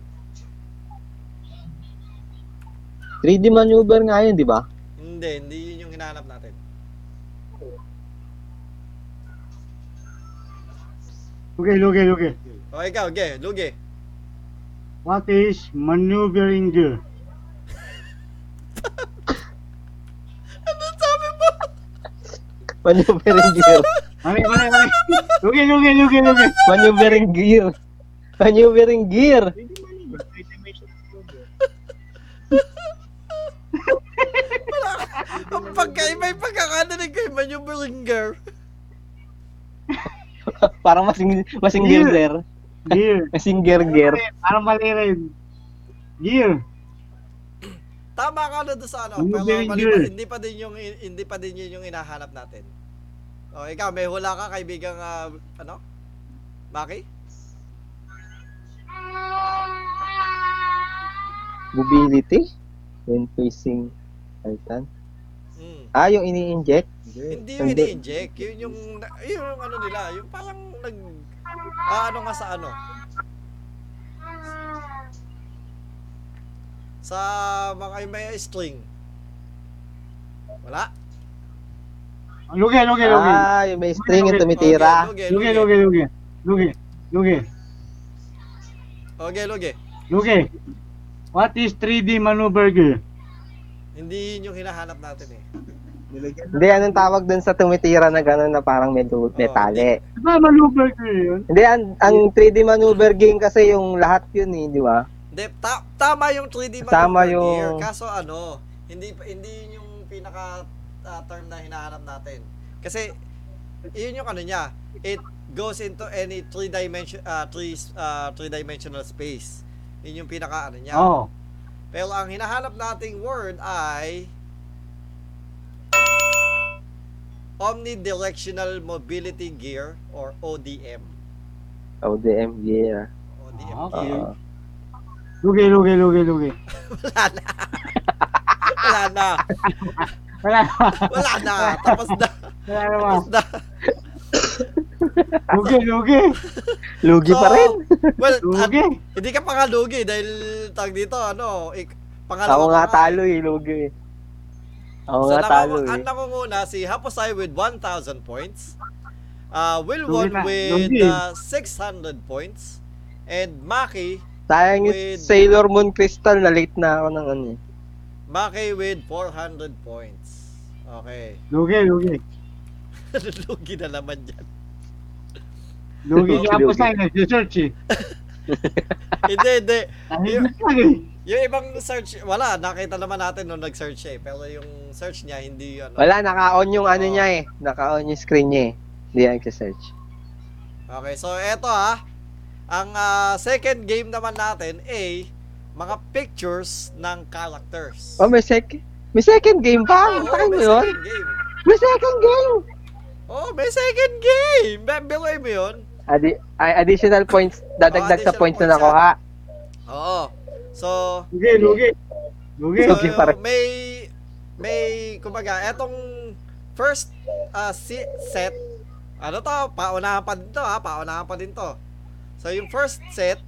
3D maneuver nga yun, di ba?
Hindi, hindi yun yung hinahanap natin.
Okay, okay, okay.
O, ikaw, ge, luge.
What is maneuvering gear?
Maneuvering gear.
Mali, mali, mali. Lugi, lugi, lugi, lugi.
Maneuvering gear. Maneuvering gear.
Ang pagkaiba yung pagkakadanig kay Manyo Berlinger.
Parang masing, masing gear there.
Gear.
Masing gear gear.
Parang mali rin. Gear.
Tama ka na doon sa ano,
Manyo
pero
Berlinger.
mali pa- hindi pa din yung hindi pa din yun yung hinahanap natin. O, ikaw, may hula ka kaibigang ah, ano? Maki?
Mobility. When facing Titan.
Mm.
Ah, yung ini-inject.
Hindi yung ini-inject, yun yung yun yung ano nila, yung parang nag ah, ano nga sa ano. Sa mga yung may string. Wala?
Lugi, lugi, lugi.
Ah, yung may string yung tumitira.
Okay,
Lugi,
okay,
lugi, lugi. Lugi, lugi,
Okay, okay.
lugi. What is 3D maneuver gear?
Hindi yun yung hinahanap natin eh.
Nilagyan
Hindi, anong tawag dun sa tumitira na gano'n na parang medyo metale.
Di ba maneuver gear Diba yun?
Hindi, ang, ang 3D maneuver game kasi yung lahat yun eh, di ba?
Hindi, ta- tama yung 3D man
Tama
gear,
yung-
kaso ano, hindi pa- hindi yun yung pinaka ah, term na hinahanap natin. Kasi yun yung ano niya, it goes into any three dimension ah, three ah, three dimensional space. Yun yung pinaka ano niya.
Oh.
Oo.
Pero ang hinahanap nating word ay omnidirectional mobility gear or ODM.
ODM gear.
ODM
Oh.
Okay.
gear.
ah. Oo.
Lugi, lugi, lugi, lugi.
Wala na. Wala na.
Wala naman.
Wala na. Tapos na.
Wala naman.
Tapos na.
Lugi, lugi.
Lugi pa
So,
rin.
Well, at-
Lugi.
hindi ka pa nga lugi dahil tag dito, ano, ik, pangalawa
Ako nga
ka
talo eh, lugi eh. Ako
So,
nga
nakawa-
talo eh.
Ang nangunguna si Haposay with 1,000 points. Uh,
Lugi
Wilwon
na,
with
lugi.
uh, 600 points. And Maki,
Sayang yung
with-
Sailor Moon Crystal, na late na ako ng ano eh.
Maki with 400 points. Okay.
Lugi, lugi.
lugi na naman yan.
Lugi
Lugi,
siya po
lugi.
sa nag-search eh.
hindi, hindi.
Nahimik lang eh.
Yung ibang search, wala, nakita naman natin nung nag-search siya eh. Pero yung search niya, hindi ano.
Wala, naka-on yung ano
Oo.
niya eh. Naka-on yung screen niya eh. Hindi yan search.
Okay, so eto ha. Ang ah, second game naman natin ay mga pictures ng characters.
Oh, may sec... May second game pa?
Oo,
Ano
may
yun?
second game.
May second game!
Oh, may second game! Be- Beloy mo yun?
Adi ay, additional points, dadagdag sa
additional
points
points ah.
na nakuha.
Oo. So,
Lugi, lugi. Lugi.
so
Okay, pare.
Uh, may, may, kumbaga, etong first ah, si set, ano to, paunahan pa din to ha, paunahan pa din to. So, yung first set,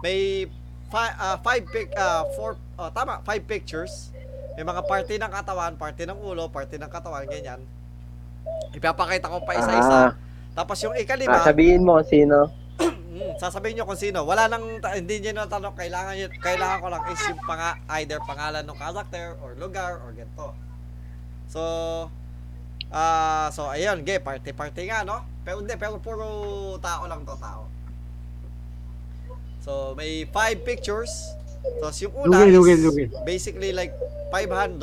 may fi- ah, five pic, ah, four, oh, tama, five pictures. May mga parte ng katawan, parte ng ulo, parte ng katawan, ganyan. Ipapakita ko pa isa-isa. Tapos yung ikalima,
Ah, sabihin mo kung sino.
Mm, sasabihin nyo kung sino. Wala nang, ta- hindi nyo na tanong, kailangan, nyo, kailangan ko lang is yung panga, either pangalan ng character or lugar or ganito. So, ah, so ayun, gay, party-party nga, no? Pero hindi, pero puro tao lang to, tao. So, may five pictures. Tapos yung una
Lugi, lugi,
is
lugi.
basically like 500,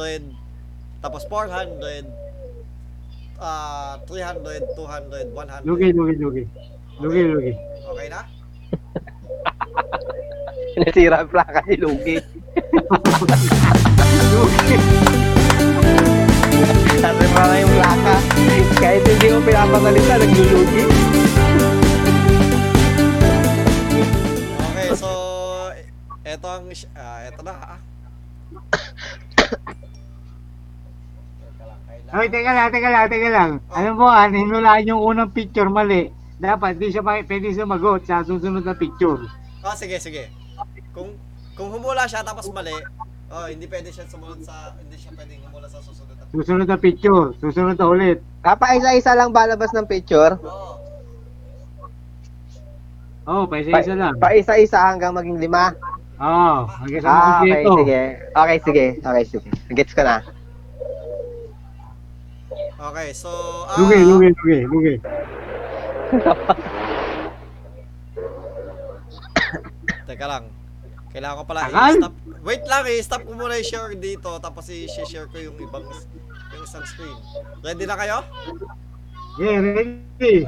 tapos 400, ah 300, 200, 100.
Lugi, lugi, lugi. Lugi, lugi.
Okay na?
Nasira ang plaka ni Lugi. Sabi pa yung laka. Kahit hindi mo pinapagalita, naglulugi.
Okay, so eto ang sh- ah, eto na. ah.
Oy, teka lang, teka lang, teka lang. Alam mo, ah, hinulaan yung unang picture mali. Dapat, di siya pa- pwede sumagot sa susunod na picture.
Ah, sige, sige. Kung kung humula siya tapos mali, oh, hindi pwede siya sumunod sa hindi siya pwedeng humula sa susunod na.
Susunod na picture, susunod na ulit.
Kapa isa-isa Ah, lang balabas ng picture.
Oo.
Oh, paisa-isa lang. Oh,
Pa isa-isa hanggang maging lima.
Oo, ang isang
Ah, okay,
kompleto.
sige. Okay, sige. Okay, sige. Gets ko na.
Okay, so ah,
Lugi, lugi, lugi, lugi.
Teka lang. Kailangan ko pala
Tagal?
i-stop. Wait lang, i-stop ko muna i-share dito tapos i-share ko yung ibang yung isang screen. Ready na kayo?
Yeah, ready.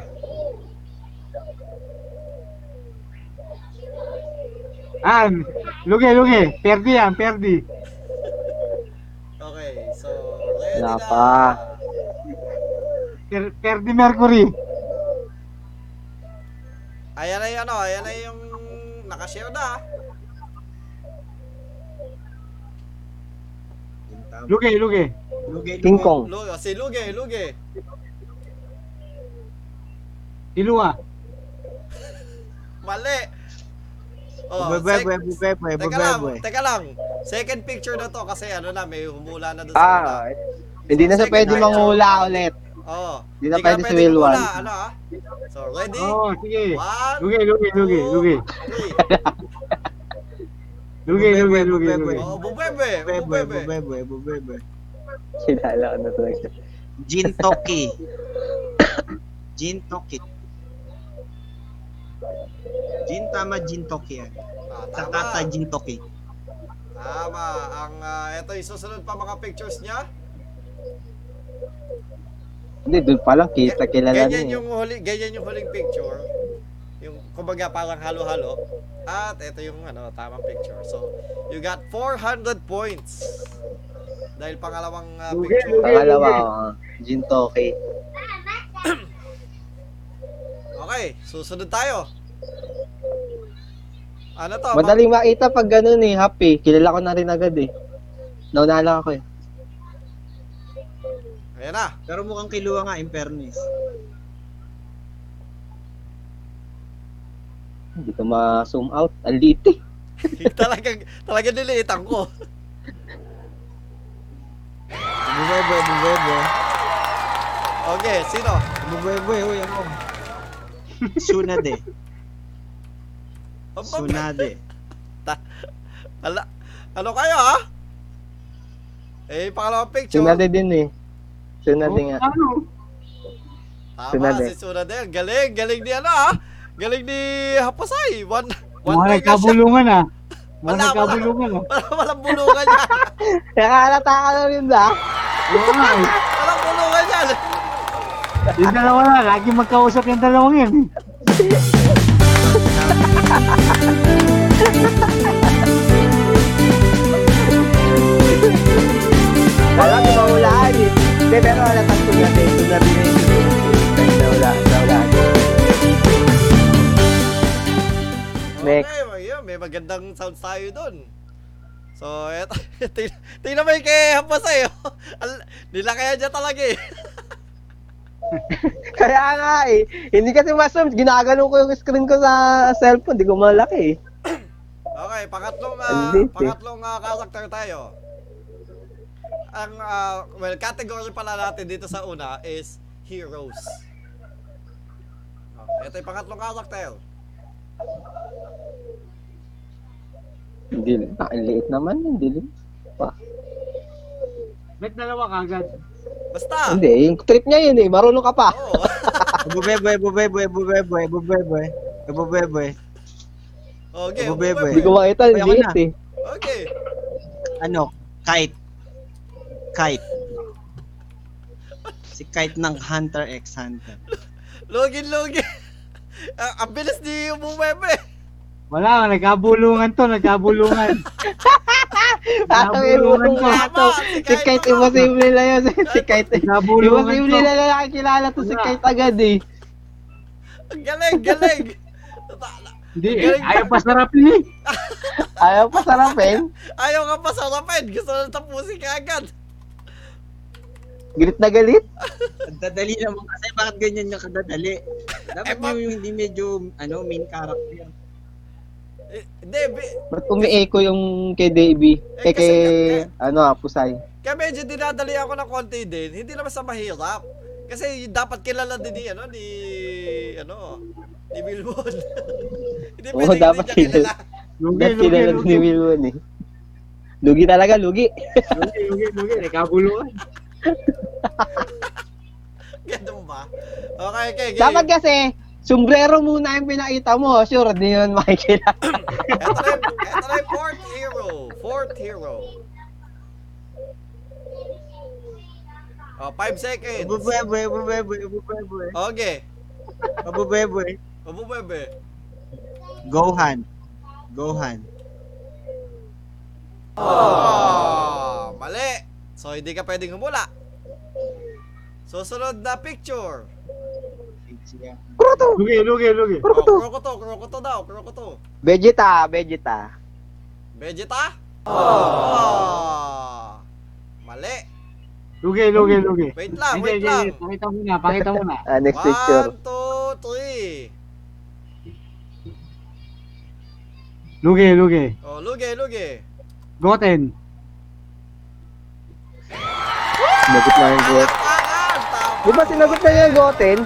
An, Ah, lugi, lugi. Perdi yan, perdi.
Okay, so ready
Wala
na.
pa.
Per, perdi Mercury.
Ayan na yung ano, ayan na yung nakashare na.
Lugi, lugi.
Lugay,
King Kong.
Luge, si Luge, Luge.
Ilua.
Mali. Oh,
Bwe, bwe,
sec-
bwe, bwe, bwe, bwe,
Teka
bwe,
lang,
bwe.
teka lang. Second picture na to kasi ano na, may humula na doon sa una.
Ah, hindi na siya pwede manghula ulit.
Oo.
Hindi na
Oh, ka
pwede si Will
humula,
Wan.
Ano ah? So, ready?
Oh, sige.
One,
Lugi, lugi, lugi,
two,
lugi.
three.
Lugi, lugi, lugi, lugi.
Oh, bubebe,
Bwe, bwe, bwe,
bubebe.
bwe, bwe, bwe, bwe.
Kilala ko na talaga.
Gin Toki. Gin Toki. Gin tama Gin Toki yan.
Ah,
Sa
tama.
tata Gin Toki.
Tama. Ang ah, eto yung susunod pa mga pictures niya.
Hindi, doon pa lang kita kilala
ganyan
niya. eh.
yung huli, ganyan yung huling picture. Yung kumbaga parang halo-halo. At ito yung ano, tamang picture. So, you got 400 points. Dahil pangalawang ah,
Lugi,
picture.
lugi.
Pangalawa, oh, Jin Toki.
Okay, susunod tayo. Ano to?
Madaling makita pag ganun eh, happy. Kilala ko na rin agad eh. Nauna lang ako eh.
Ma- Ayan na.
Pero mukhang kiluwa nga in fairness.
Hindi ko ma-zoom out. Ang liit eh.
talagang, talagang niliitan ko.
Bubebe, bubebe.
Okay, sino?
Bubebe, uy ako. Sunade.
Ang babe-
Sunade.
Ala, ano kayo ha? Eh, pangalawang picture.
Sunade din eh. Sunade nga.
Ano?
Tama,
Sunade.
si Sunade. Galing, galing ni ano ha? Galing ni Hapasay. One, one mega
Mga
shot.
nagkabulungan ah. Mga
Wala, wala.
nagkabulungan ah.
Walang, walang bulungan yan.
Nakalata ka na rin ba?
Oo nga eh.
Walang bulungan yan.
Yung dalawa na, lagi magkausap yung dalawang yan.
Kala ko mahulaan eh. Hindi, pero wala pang sunade. Sunade na yun. Naula, naula. Next.
Okay, may, yun, may magandang sounds tayo dun. So, eto, ting- tingnan mo yung kay Hapasay. oh. Al- Nilakayan niya talaga eh.
Kaya nga eh. Hindi kasi ma-zoom. Ginagano ko yung screen ko sa cellphone. Hindi ko malaki eh.
Okay, pangatlong
Ang
ah,
lit, eh.
pangatlong ah, character tayo. Ang ah, well, category pala natin dito sa una is heroes. Oh, ito yung pangatlong character.
Hindi. Ah, ang liit naman. Hindi. li- Pa.
Ba't dalawa kagad?
Basta.
Hindi. Yung trip niya yun eh. Marunong ka pa.
Oo.
Bubebe, bubebe, bubebe, bubebe. Bubebe.
okay.
Bubebe.
Hindi ko makita. Ang
Ayoko
liit
na.
eh.
Okay.
Ano? Kite. Kite. Si Kite ng Hunter x Hunter.
Login, login. Ah, ang bilis ni Bumebe.
Wala, nagkabulungan to, nagkabulungan.
Nakabulungan ko.
Tama,
Si Kate, imposible na yun. si Kate,
Nabulungan
imposible
ko.
na lang nakikilala to si Kate agad eh.
Ang Galing, galing.
Hindi,
Galing-
ayaw pa sarapin eh.
Ayaw eh. pa sarapin.
Ayaw ka pa sarapin. Gusto na tapusin ka agad.
Galit na galit.
Ang dadali naman kasi bakit ganyan yung kadadali? Dapat
Eh, bak-
yung hindi medyo ano main character.
Eh, Hindi, bi-
Ba't umieko yung kay Davey?
Eh,
Eh,
kasi
kay,
nga-
ano, Apusay.
kaya medyo dinadali ako ng konti din. Hindi naman sa mahirap. Kasi dapat kilala din ni, ano, ni, ano, ni Wilwon. hindi
Oo,
pwede
dapat
hindi niya kilala.
Lugi,
Dahil
lugi,
kilala
lugi.
ni Wilwon eh. Lugi talaga, lugi.
Lugi, lugi, lugi. Nakabulungan.
Ganun ba? Okay, okay, game.
Dapat kasi, sombrero muna yung pinakita mo. Sure, di yun makikilala.
Ito na, yung- ito na yung fourth hero. Fourth hero. Oh, five seconds.
Bubwebwe, bubwebwe, bubwebwe.
Okay.
Bubwebwe.
Mabubebe.
Gohan. Gohan.
Oh, mali. So, hindi ka pwedeng humula. Susunod na picture.
Siya.
Lugi, lugi, lugi.
Krokoto. Oh, Krokoto, Krokoto daw, Krokoto.
Vegeta, Vegeta.
Vegeta? Oh. Mali.
Lugi, lugi, lugi.
Wait lang,
Hindi,
wait
hindi,
lang.
hindi. Pakita mo na, pakita mo na.
Ah, next picture.
One, two, three.
Lugi, lugi.
Oh, luge, luge.
Goten.
Sinagot na yung Goten.
Tangan! Tama.
Di ba sinagot na niya yung Goten?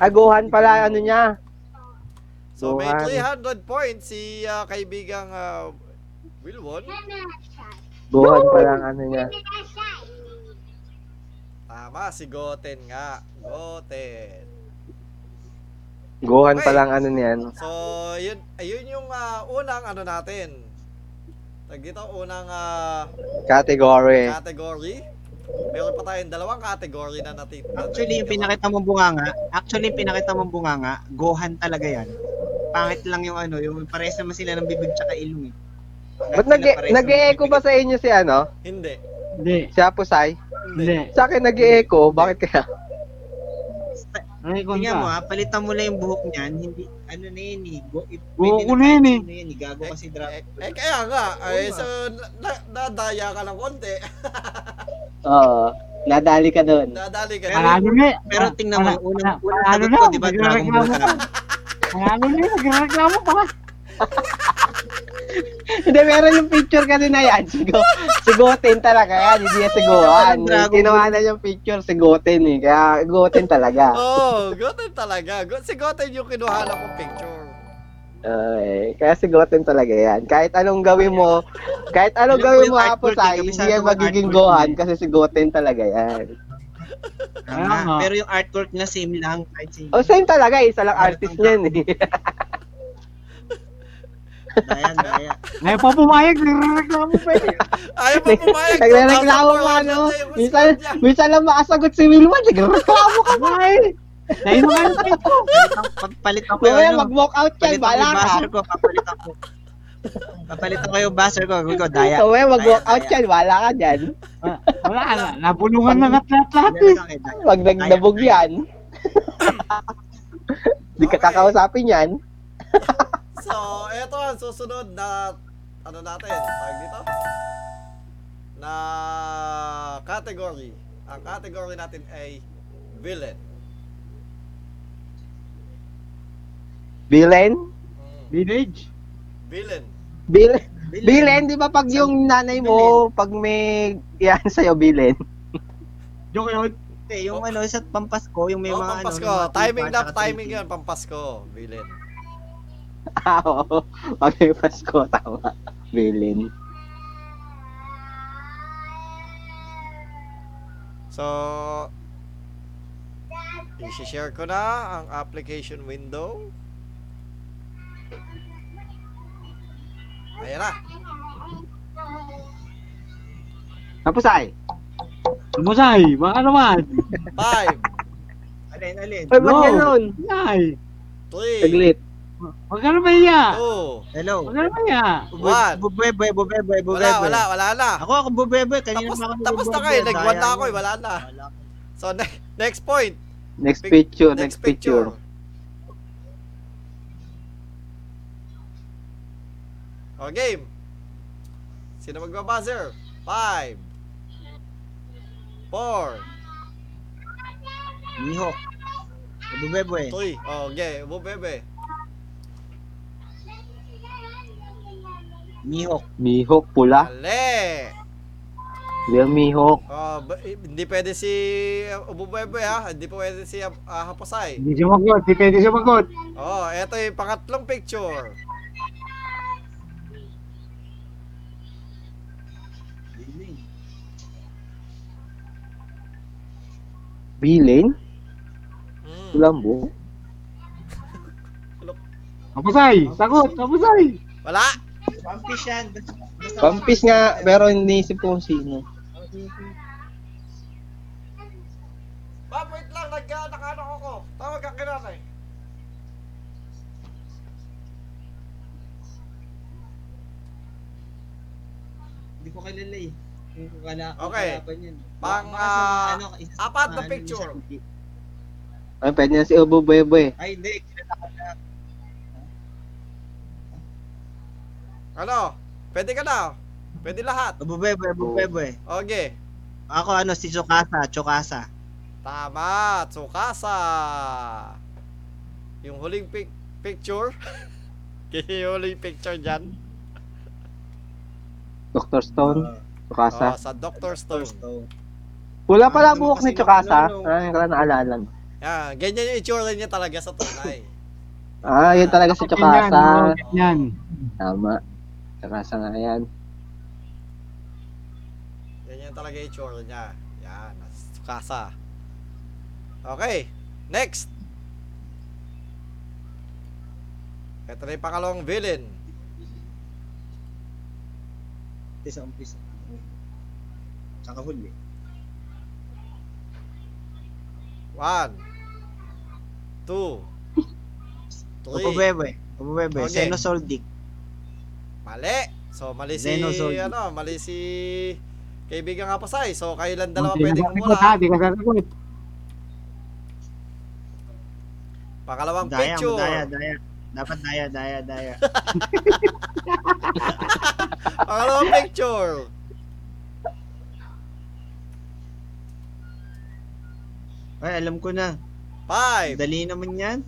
Aguhan pala, ano niya.
So, may
Gohan.
300 points si ah, kaibigang ah, Wilwon.
Gohan pala, ang ano niya.
Tama, si Goten nga. Goten.
Gohan pala, ang ano niyan.
So, yun, ayun yung ah, unang ano natin. Tag dito, unang ah,
Category.
category. Meron pa tayong dalawang category na natin.
Actually, yung pinakita mong bunganga, actually, yung pinakita mong bunganga, Gohan talaga yan. Pangit lang yung ano, yung pares naman sila ng bibig tsaka ilong eh.
Ba't nag- nag-e-echo ba sa inyo si ano?
Hindi.
Hindi,
Si Apusay?
Hindi.
hindi.
Sa akin nag-e-echo, bakit kaya?
Ay,
Tingnan mo ah.
konta.
ha, palitan mo lang yung buhok niyan, hindi, ano na yun eh. Go, if,
Buhok
pwede
ko na yun, eh.
ano yun eh. Gago kasi drop.
Eh, eh, kaya nga. Ay, so, na- na- nadaya ka ng konti.
Oo. Nadali ka doon.
Nadali ka.
Pero-
Panalo na eh.
Pero tingnan mo,
Pala-
unang,
pala-
unang sagot
panalo ano na,
ko, di ba Dragon
nagrereklamo
Ball
pa.
sabi?
Panalo na, nagreklamo pa.
Hindi, meron yung picture kasi na yan. Si, Go, si Goten talaga yan, hindi yan si Gohan. Ginawa na yung picture si Goten eh. Kaya Goten talaga.
Oh, Goten talaga. Go- Si Goten yung kinuha na kong picture.
Ay, kaya si Goten talaga yan. Kahit anong gawin mo, kahit
Yun
anong
po
gawin
yung
mo
artwork
hapos
eh,
ay, hindi
kabisado
yan
ng
magiging
artwork
Gohan
niya.
kasi si Goten talaga yan.
Tama.
Ayan, ah.
Pero yung artwork niya, same lang. Kahit same.
O Oh, same talaga, isa lang artist niyan eh.
Daya, daya.
Ngayon pa pumayag, nagreklamo pa eh.
Ayaw mo pumayag.
Nagreklamo mo ano.
eh,
eh.
Minsan, minsan lang makasagot si Wilman, nagreklamo ka pa eh.
Dahil naman yung picture.
Pagpalitan ko
Mamaya
yung ano,
mag-walk out yan,
Papalitan ko yung
bala ka.
buzzer ko, papalitan ko. Papalitan ko yung buzzer ko, ko daya.
Mamaya mag-walk out
Daya,
yan, bala ka dyan.
Ah, Wala na, nabulungan na nga
daya.
lahat-lahat eh.
Daya, daya.
Pag nagdabog yan. Di ka
Okay.
kakausapin yan.
So, eto ang susunod na ano natin, tawag dito? Na category. Ang category natin ay villain.
Bilen?
Mm,
Village.
villain.
Bilen? Bilen, di ba pag yung nanay mo, pag may yan sa'yo, Bilen?
Joke yun.
Hindi, yung ano, isa't pampasko, yung may
oh,
mga
pampasko.
ano. yung mga
timing
tupa,
na
tsaka
timing
tumitig.
yun, pampasko. Villain.
Ah, Oo. Pag may Pasko, tama. Bilen.
So, i-share ko na ang application window. Ayan na.
Tapos ay.
Lumusay, baka naman.
5,
Alin, alin.
Ay, ba't
No.
ganun?
3,
Saglit.
Huwag ka na mahiya.
Two.
Hello.
Huwag ka na mahiya.
One.
Bubwebe, bubwebe, bubwebe.
Wala, wala, wala na.
Ako, ako bubwebe. Kanina
Tapos,
pa ako
tapos na
nabubwebe.
kayo. Nag-one na
Sayang
ako eh.
yun.
Wala na.
Wala.
So, ne- next point.
Next
Pic-
picture, next, picture.
O, game. Sino magbabuzzer? Five. Four.
Mihok. Bubwebe.
Three. O, okay. Bubebe.
Mihok.
Mihok, pula.
Ale.
Yung mihok.
O, ba- hindi pwede si uh, Bubebe ha. Hindi pwede si uh, Haposay.
Hindi sumagot. Hindi pwede sumagot.
O, eto yung pangatlong picture.
Bilin?
Hmm.
Lambo?
Kapusay. Sagot. Kapusay.
Wala.
Pampis yan. Basta- basta-
Pampis nga, pero iniisip ko kung sino.
Ma'am, wait lang. Nag, uh, nakaano ako. Tawag ang kinanay.
Hindi ko kilala eh. Hindi ko kala,
Okay.
kalaban yan.
Pang,
Baka sa mga
ah,
isa sa
apat na
mga ano,
picture.
isa- hindi.
Ay, pwede na si Obo Bebe.
Ay, hindi. Kilala ko na.
Ano? Pwede ka na. Pwede lahat.
Bubebe, bubebe.
Okay.
Ako ano, si Tsukasa, Tsukasa.
Tama, Tsukasa. Yung huling pic- picture. yung huling picture dyan.
Dr. Stone? Tsukasa?
Oh, sa Dr. Stone.
Wala pala
Ah, ano
buhok
kasi
ni Tsukasa.
yung ano,
Ah, yung kala naalala. mo.
Yan, ganyan yung itsura niya talaga sa tunay.
Ah, yun talaga si
Ganyan,
Tsukasa.
oh, Ganyan.
Tama. Tsukasa nga yan.
ganyan talaga yung itsura niya. Yan, Tsukasa. Okay, next. Ito na yung pangalawang villain.
Ito sa umpisa. Saka huli.
One. Two. Three.
Ububebe. Ububebe.
Okay.
Senosoldic.
Mali. So, mali si,
Zeno Soldi.
ano, mali si kaibigan nga Pasay. So, kailan dalawa
Hindi
pwedeng
ka sagot ha.
mula.
Hindi ka sagot.
Pangalawang
Daya,
picture.
daya, daya. Dapat daya, daya, daya.
Pangalawang picture.
Ay, alam ko na.
Five,
Dali naman yan.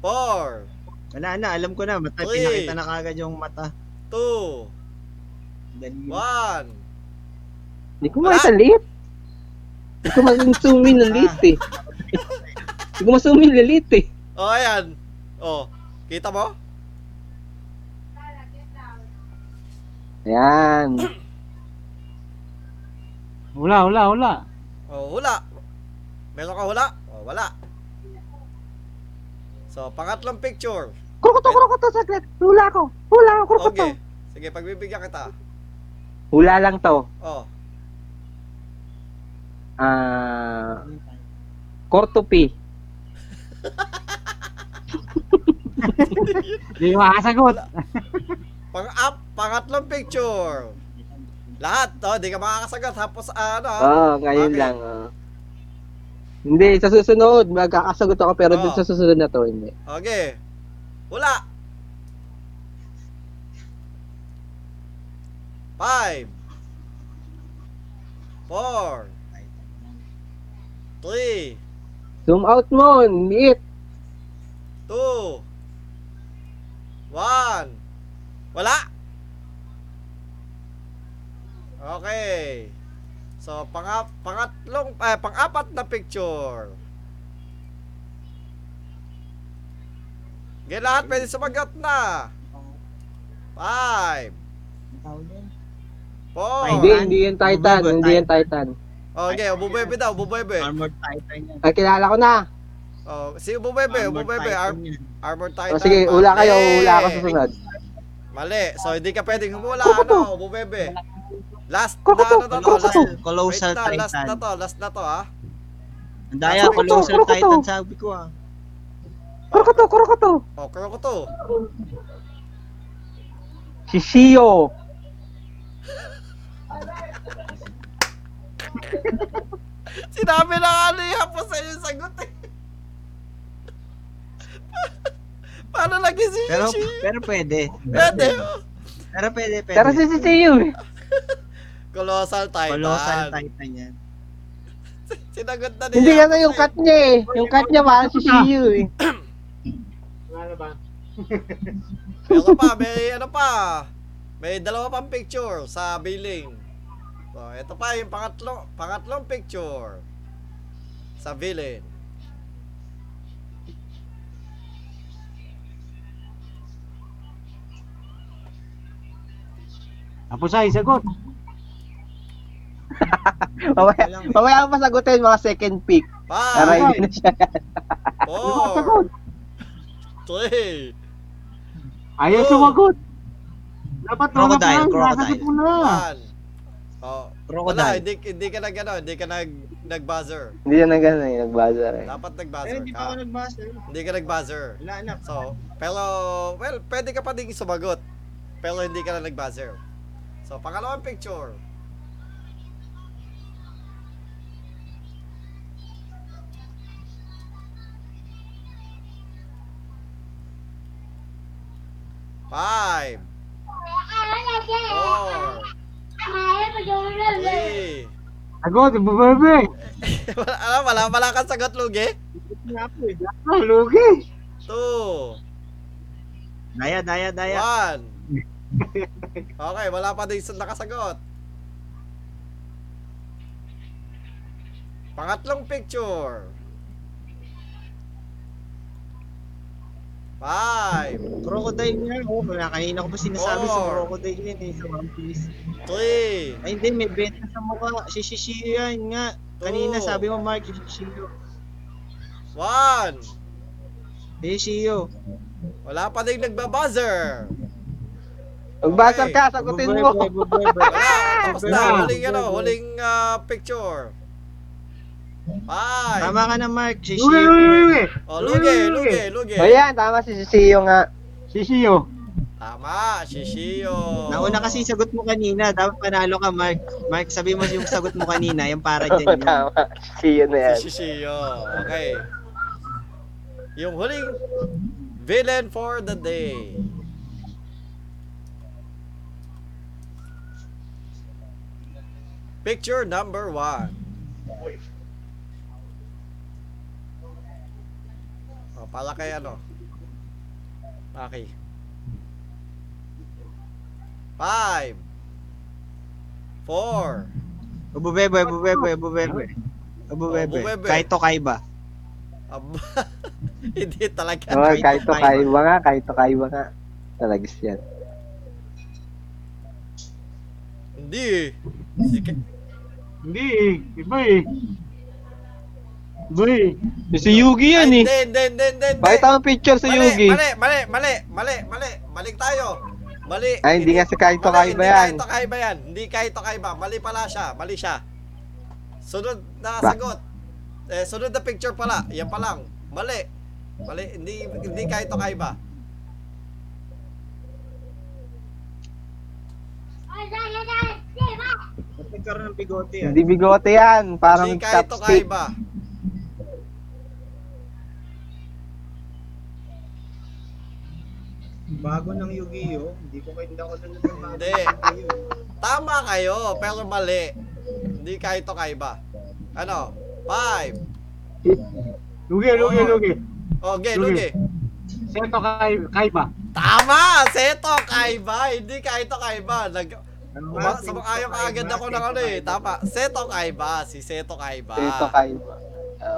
four,
Wala na, alam ko na. Mata,
Uy.
pinakita na kagad yung mata.
two,
Dali.
one.
Hindi ko masalit. Hindi ko masumin lalit eh. Hindi ko masumin lalit eh.
O, oh, ayan. O, oh, kita mo?
Ayan.
Wala, wala, wala.
O, oh, hula. Meron ka hula? O, oh, wala. So, pangatlong picture.
Kurukuto, kurukuto, saglit. Hula ko. Hula ko, kurukuto.
Okay. Sige, pagbibigyan kita.
Hula lang to.
O, oh,
Ah, Cortopi.
Hindi ka makasagot.
pang up, pangatlong picture. Lahat, o, oh, di ka makakasagot. Tapos, ano, ha?
Oo,
Ah.
Oh, ngayon
Okay.
lang. oo. Hindi, sa susunod, magkakasagot ako pero
Oo.
dun sa susunod na to, hindi.
Okay. Wala. Five. Four. Three.
Zoom out mo, ang liit.
Two. One. Wala. Okay. So, pang pangatlong, eh, pang-apat na picture. Okay, lahat pwede sumagot na. Five. Four.
Hindi, hindi yan Titan,
Bubebe,
hindi yan Titan.
Okay, ububebe daw, ububebe.
Armored Titan yan.
Ay, kilala ko na.
Oh, si ububebe,
Armored
ububebe, Ar-
Titan yan.
armor titan.
O, Oh, sige, hula kayo,
Mali.
hula ako susunod.
Mali. So, hindi ka pwedeng humula,
Kukuto.
ano, bubebe. Last na
Kukuto,
ano na to, last,
kukuto.
wait
Colossal
na, last
Titan.
na to, ah. last na to, ha?
Ang daya,
Kurukuto,
Colossal
kurukuto.
Titan sabi ko ah.
Kurukuto, Kurokoto, Kurokoto.
Oh, Kurokoto.
Si Shio.
Sinabi na nga ni Hapos sa'yo yung sagot eh. Paano naging si
Pero,
Shishi?
pero pwede.
Pwede. oh.
Pero pwede, pwede.
Pero si si Shio eh.
Colossal Titan.
Colossal Titan yan.
Sinagot na ni
Hindi
Hapos
kasi yung
eh.
cut niya eh. Yung cut niya parang si Shio eh.
Ano ba?
Ano pa, may ano pa. May dalawa pang picture sa billing. So, ito pa yung pangatlo, pangatlong picture sa billing.
Tapos ay sagot.
Mamaya,
eh.
mamaya ang masagutin mga second pick. Aray,
Five,
hindi na siya.
four, three,
Ayaw
Oh.
sumagot. Dapat una pa
Crocodile,
lang.
crocodile.
Nasagot mo na.
Eh,
one. Oh, wala,
Crocodile.
hindi, hindi ka nag, ano, hindi ka nag, nag-buzzer.
Hindi siya na ganun eh, nagbuzzer eh.
Dapat nag-buzzer ka.
nag-master.
Hindi ka nag-buzzer.
Wala na.
So, pero, well, pwede ka pa ding sumagot. Pero hindi ka na nag-buzzer. So, pangalawang picture. Five, 哦 four, three.
Sagot, bubebe.
Alam, wala, wala kang sagot, Lugi.
Ah, lugi.
Two,
Daya, daya, daya.
One. Okay, wala pa din sa- nakasagot. Pangatlong picture. Five,
Crocodile yan. Oh, wala kanina ko pa sinasabi sa
Four.
crocodile yan eh, sa One Piece.
three,
Ay, hindi, may benta sa mukha. Si Shishio yan nga. Kanina
Two.
sabi mo, Mark, si Shishio.
one.
Eh, Shio.
Wala pa din nagbabuzzer. Okay.
Magbuzzer ka, sagutin mo.
Bye, bye, bye, bye, bye.
Wala, tapos na. Huling, ano, huling ah, picture. Five.
Tama ka na, Mark.
Lugi,
Shishio.
lugi, lugi.
Oh, lugi, lugi, lugi.
O yan, tama si Sisiyo nga.
Sisiyo.
Tama, Shishio.
Nauna kasi yung sagot mo kanina, dapat panalo ka, Mark. Mark, sabi mo yung sagot mo kanina, yung para dyan yun.
Tama, Sisiyo na yan.
Si Shishiyo. oh, Okay. Yung huling villain for the day. Picture number one. O, para kay ano? Maki. Five. Four.
Ububebe, ububebe, ububebe.
Ububebe.
Ububebe. Kaito kaiba.
Ab- Hindi talaga.
Oh, kahit to kaiba nga, kahit to kaiba nga. Talagis yan.
Hindi. Si Ka-
Hindi eh. Iba eh. Iba eh.
Si Yugi yan eh.
Hindi, hindi, hindi, hindi, hindi.
Pakita mo picture sa
Mali,
Yugi.
Mali, mali, mali, mali, mali. Balik tayo. Mali.
Ay, hindi nga si Kahit to
mali,
kaiba yan.
Hindi kahit kaiba yan. Hindi kahit kaiba. Mali pala siya. Mali siya. Sunod na
Ba-
sagot. Eh, sunod na picture pala. Yan pa lang. Mali. Mali. Hindi, hindi kahit kaiba.
Ba't nagkaroon ng bigote yan?
Hindi bigote yan. Parang
hindi kahit
chopstick.
kaiba.
Bago ng Yu-Gi-Oh! Hindi ko kayo, hindi ako nanonood ng
Hindi. Tama kayo, pero mali. Hindi kahit kaiba. Ano? Five.
Lugi, lugi, lugi.
Okay, lugi.
Lugi. Seto kay, kaiba.
Tama! Seto, kaiba! Hindi kaito kaiba. Nag...
Ano
Uma- Sumakayo ka agad ako ng ano eh. Tama. Seto kaiba. Si Seto kaiba.
Kahit to kaiba.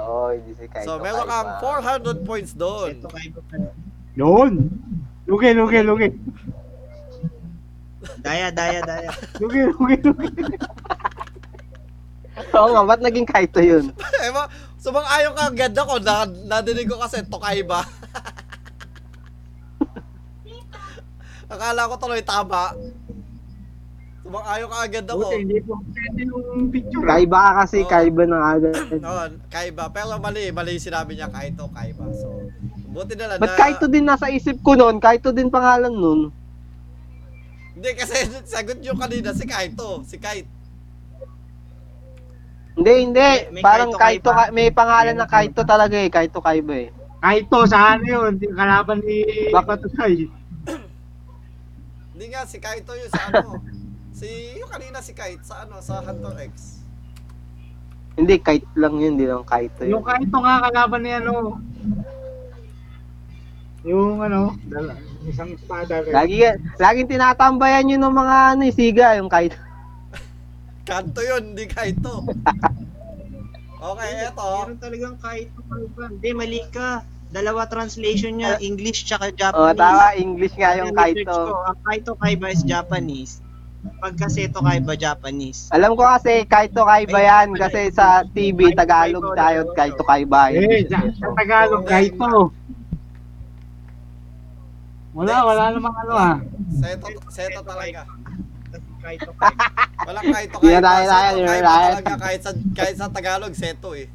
Oo, hindi si Kahit
So,
to
meron kang
kaiba.
400 points doon.
Kaito kaiba pala.
Yun. Lugi, lugi, lugi.
Daya, daya, daya.
Lugi, lugi, lugi.
Oo nga, ba't naging Kahit to yun?
Ewa, sumang-ayon ka agad ako. Na, nadinig ko kasi Seto kaiba. Akala ko tuloy tama. Sumang-ayon ka agad ako.
Buti, hindi po pwede yung picture. ah.
Kaiba ka kasi,
Oo.
kaiba ng agad.
Noon, kaiba. Pero mali, mali yung sinabi niya kahit to kaiba. So, Buti na lang.
But
na-
Kaito din nasa isip ko noon, Kaito din pangalan noon.
Hindi, kasi sagot nyo kanina si Kaito. Si Kait.
Hindi, hindi.
May- may
Parang
Kaito
Kaito,
Kaiba.
Ka- may pangalan na Kaito talaga eh. Kaito Kaiba eh.
Kahit to, sa ano yun, yung kalaban ni
Bakit?
Patusay.
Hindi nga, si Kaito yun sa ano. si, yung kanina si Kait sa ano, sa Hunter X.
Hindi, Kaito lang yun. Hindi lang Kaito yun.
Yung kahit to nga kalaban ni ano, yung ano, dala, isang espada rin.
Lagi, yan- laging tinatambayan yun ng mga ano, eh, siga, yung Kaito.
Kanto yun, hindi Kaito. okay, eto.
Meron talagang kahit kalaban. Hindi, mali ka. Dalawa translation niya, English tsaka
Oh,
Japanese.
tama, English nga yung
Research ko,
Kaito.
Ang Kaito Kaiba is Japanese. Pagka Seto Kaiba, Japanese.
Alam ko kasi Kaito Kaiba yan kasi sa TV Tagalog tayo at Kaito Kaiba. yun.
Eh, sa, sa Tagalog, kahit to. Wala, wala namang ano ah.
Seto, seto talaga.
Kaito Kaiba.
Walang Kaito
Hindi na tayo,
Seto
tayo, hindi na
Kaiba
tayo.
talaga. Kahit sa, kahit sa Tagalog, seto eh.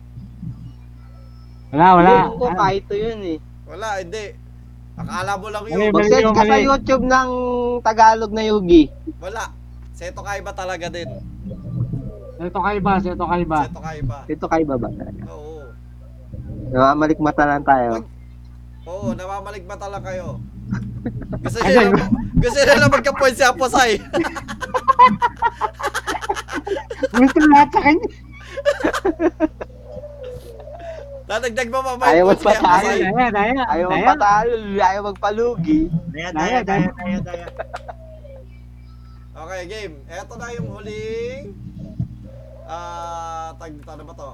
Wala, wala.
Alam ko
Ano?
Kaito yun eh.
Wala, hindi. Akala mo lang
Ano
yun.
yun?
Mag-search ka sa YouTube ng Tagalog na Yugi.
Wala. Seto Kaiba talaga din.
Seto Kaiba, Seto Kaiba.
Seto Kaiba.
Ito Kaiba ba?
Oo.
Namamalikmata lang tayo.
Oo, namamaligmata lang kayo. Gusto niya lang, gusto niya lang magka-point si Aposay.
Gusto lahat sa kanya.
Dadagdag mo pa
Ayaw
point si
magpatalo.
Aposay.
Daya, daya,
Ayaw
daya.
magpatalo, ayaw magpalugi.
Daya, daya, daya, daya, daya.
Okay, game. Eto na yung huling... Ah, tag, ano ba to?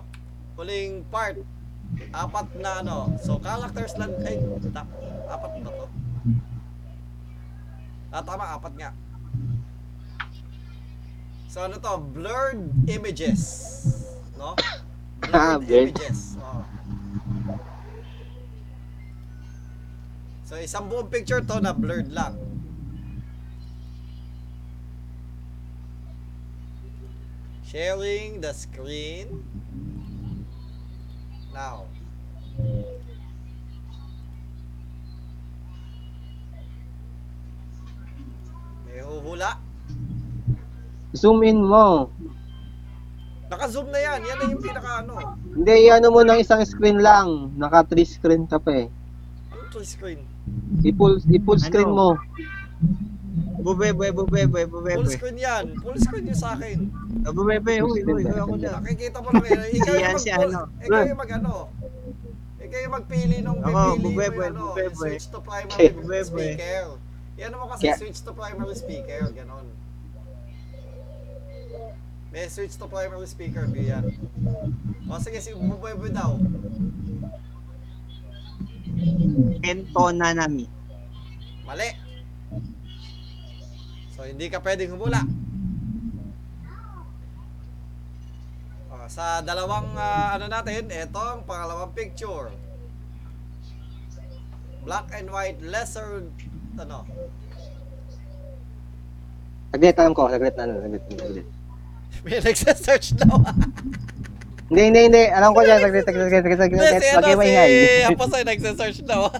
Huling part. Apat na ano. So, characters lang. Ay, ta, apat ba to? Ah, tama, apat nga. So, ano to? Blurred images. No?
Ah,
Blurred
blurred.
images. Oh. Oo. So, isang buong picture to na blurred lang. Sharing the screen. Now. May huhula.
Zoom in mo.
Naka-zoom na yan. Yan na yung pinaka ano.
Hindi, ano mo ng isang screen lang. Naka three screen ka pa eh.
Ano to screen?
I-full, i-full screen
Ano?
mo.
Bubebe, bubebe, bubebe.
Full screen yan. Full screen yung sa akin.
Ah, Bubebe, huy, huy, huy, ako na.
Nakikita mo na kayo. Ikaw
Yan
yung mag
si ano.
Ikaw yung mag ano. Ikaw yung magpili nung
Ako,
pipili
bubebe,
mo yung ano.
bubebe.
Switch to primary
Bubebe.
speaker. Yan mo kasi
Kaya-
switch to primary speaker. Ganon. May switch to primary speaker. Biyan. O sige, si Bubebe daw.
Kento Nanami.
Mali. So, hindi ka pwedeng humula. O, Oh, sa dalawang ah, ano natin, etong pangalawang picture. Black and white lesser ano.
Saglit, alam ko. Saglit na, ano, saglit, saglit.
May nagsa-search daw.
Hindi, hindi, hindi. Alam ko yan. Saglit, saglit, saglit, saglit,
Hindi,
saglit.
si ano,
Lagay mo
si
yan.
Aposay nagsa-search daw.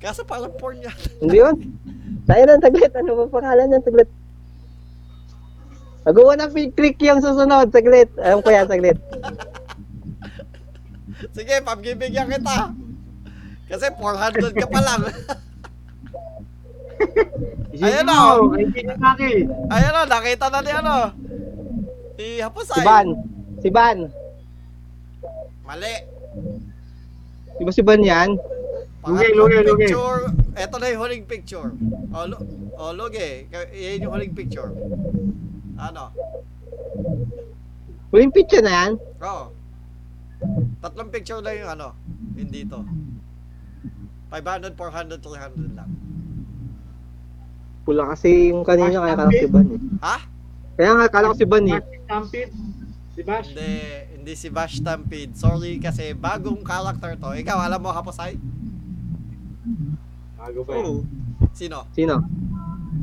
Kaso parang porn niya.
Hindi yun. Tayo lang, saglit. Ano ba pangalan ng saglit? Magawa ng pink click yung susunod. Saglit. Alam ko yan, saglit.
Sige, pagbibigyan kita. Kasi 400 ka pa lang. Ayan na, oh.
Ayan na, akin.
Ayan o, nakita na ni ano. Si
Si
Hapusay.
Ban. Si Ban.
Mali.
Di ba si Ban yan?
Pangatlong
lugi, lugi.
picture. Eto na yung huling picture. O, lu- o lugi. Ka- Yan yung huling picture. Ano?
Huling picture na yan?
Oo. Tatlong picture lang yung ano. Yung dito. 500, 400, 300 lang.
Pula kasi yung kanina, kaya kala ko si Ban eh.
Ha?
Kaya nga, kala ko si Ban eh.
Stampede. Di ba?
Hindi, hindi si Bash Stampede. Sorry kasi bagong character to. Ikaw, alam mo Hapusay?
Bago pa
Oo.
Sino?
Sino?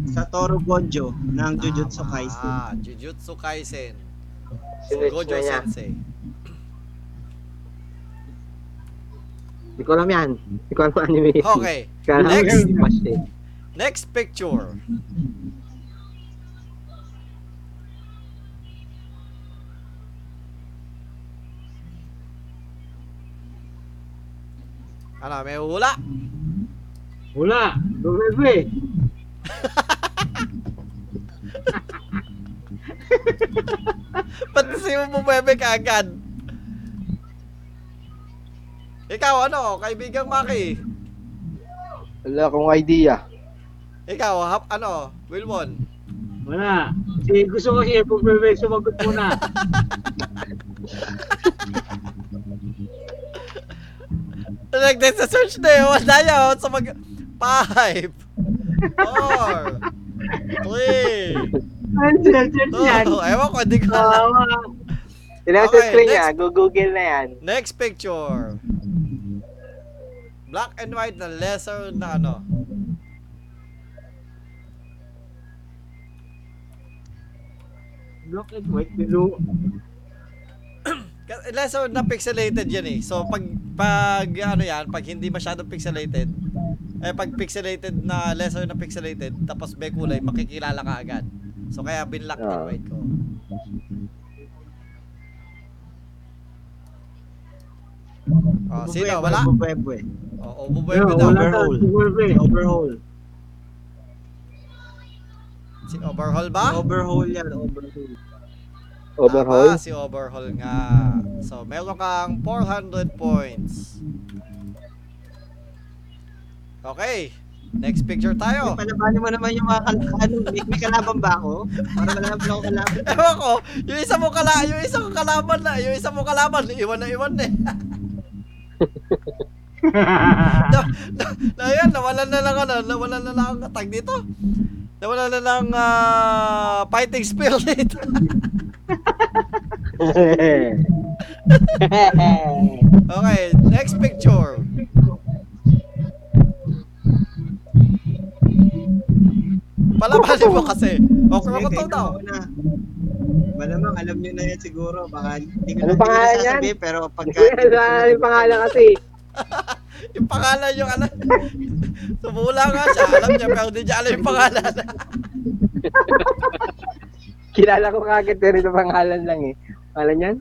Satoru Gojo ng Jujutsu
Tama.
Kaisen.
Jujutsu Ah, Kaisen.
Sinurge
Gojo
na niya.
Sensei.
Hindi ko alam yan. Hindi ko alam anime.
Okay.
Kala ko
Next.
bash eh.
Next picture. Ano, may hula?
Wala. WWE.
Ba't kasi mo bumebe ka agad? Ikaw, ano, kaibigang Maki?
Wala akong idea.
Ikaw, hap, ano, Wilmon?
Wala. Si, gusto ko si Epo Bebe sumagot muna.
Nag-search na yun. Wala yun. Sa mag... Five. Four. Three.
Ano siya, siya,
Two.
siya.
Ewan ko, hindi ko
Um,
alam.
Tawa.
Tinasa
Oh. Okay,
screen
next.
niya. Google na yan.
Next picture. Black and white na lesser na ano.
Look and wait. Bilo.
Ka- Lesser na pixelated yan eh. So pag, pag ano yan, pag hindi masyadong pixelated, eh pag pixelated na lesser na pixelated, tapos may kulay, makikilala ka agad. So kaya binlock and
Ah.
white ko. Oh, sino? Wala?
Bubwebwe.
Oo, bubuhay
Yo,
ko daw.
Wala ka.
Overhaul.
Si Bebe.
eh.
Overhaul.
Si Overhaul ba?
Overhaul yan. Overhaul.
Overhaul.
Tama, si Overhaul nga. So, meron kang 400 points. Okay. Next picture tayo.
Palabanin mo naman yung mga kal- ano, may, may kalaban ba ako? Para malaman ko kalaban.
Ewan ko, yung isa mo kala, yung isa ko kalaban na, yung isa mo kalaban, iwan na iwan na eh. na, na, na, yan, nawalan na lang ano, nawalan na lang ang tag dito. Nawalan na lang ah, fighting spirit.
Eh.
okay, next picture. Palabanin mo kasi. Okay,
Sige,
ko to
kayo
daw.
na muna. Malamang alam nyo na yan siguro. Baka hindi ko na- hindi
Ano
ko na
pangalan yan?
sasabihin, Pero pagka...
Wala yung pangalan kasi.
Yung pangalan yung alam. Sumula nga siya, alam niya, pero hindi niya alam yung pangalan.
Kilala ko kagad pero ito pangalan lang eh. Pangalan yan?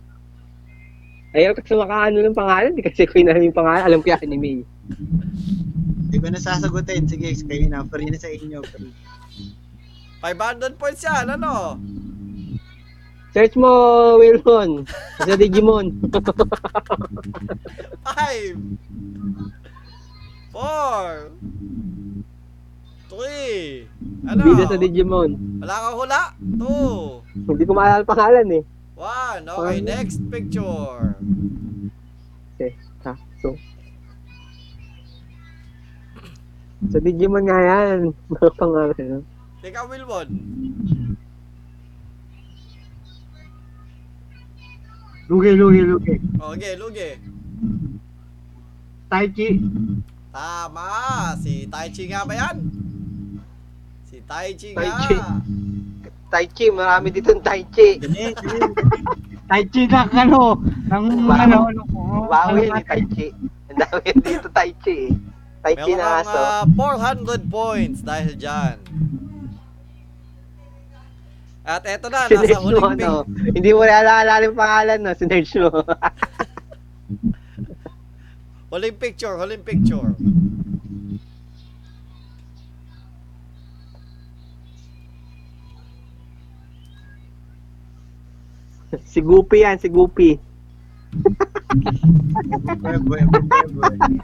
Ayaw kasi makaano ng pangalan. Di kasi ko inalam yung pangalan. Alam ko yung anime.
Hindi ko na sasagutin. Sige, kayo na. Free na sa inyo. Free.
500 points yan, ano?
Search mo, Wilson. Sa Digimon.
Five. Four. Three. Ano?
Bida sa Digimon.
Wala kang hula. Two.
Hindi ko maalala ang pangalan eh.
One. Okay,
Ano?
next picture.
Ha? So. Sa Digimon nga yan. Mga pangalan. no?
Teka, Wilbon.
Lugi, lugi, lugi.
Okay, lugi.
Taichi.
Tama. Si Tai Chi nga ba yan? Si Tai Chi
Tai
nga.
Chi. Tai Chi. Marami dito ng Tai Chi.
Taichi na ano. Nang
Wow.
ano. ano, oh,
Bawi
ano,
ni Tai Chi. Ang dami dito Tai Chi. eh. Tai Chi
Meron
na
kang
aso.
ah, 400 points dahil dyan. At eto na, nasa
Sinerge mo,
huling
ano?
pic-
Hindi mo naalala yung pangalan, no? Sinerge mo.
huling picture, huling picture.
si Gupi yan, si Gupi.
Bubwebwe. Bubwebwe.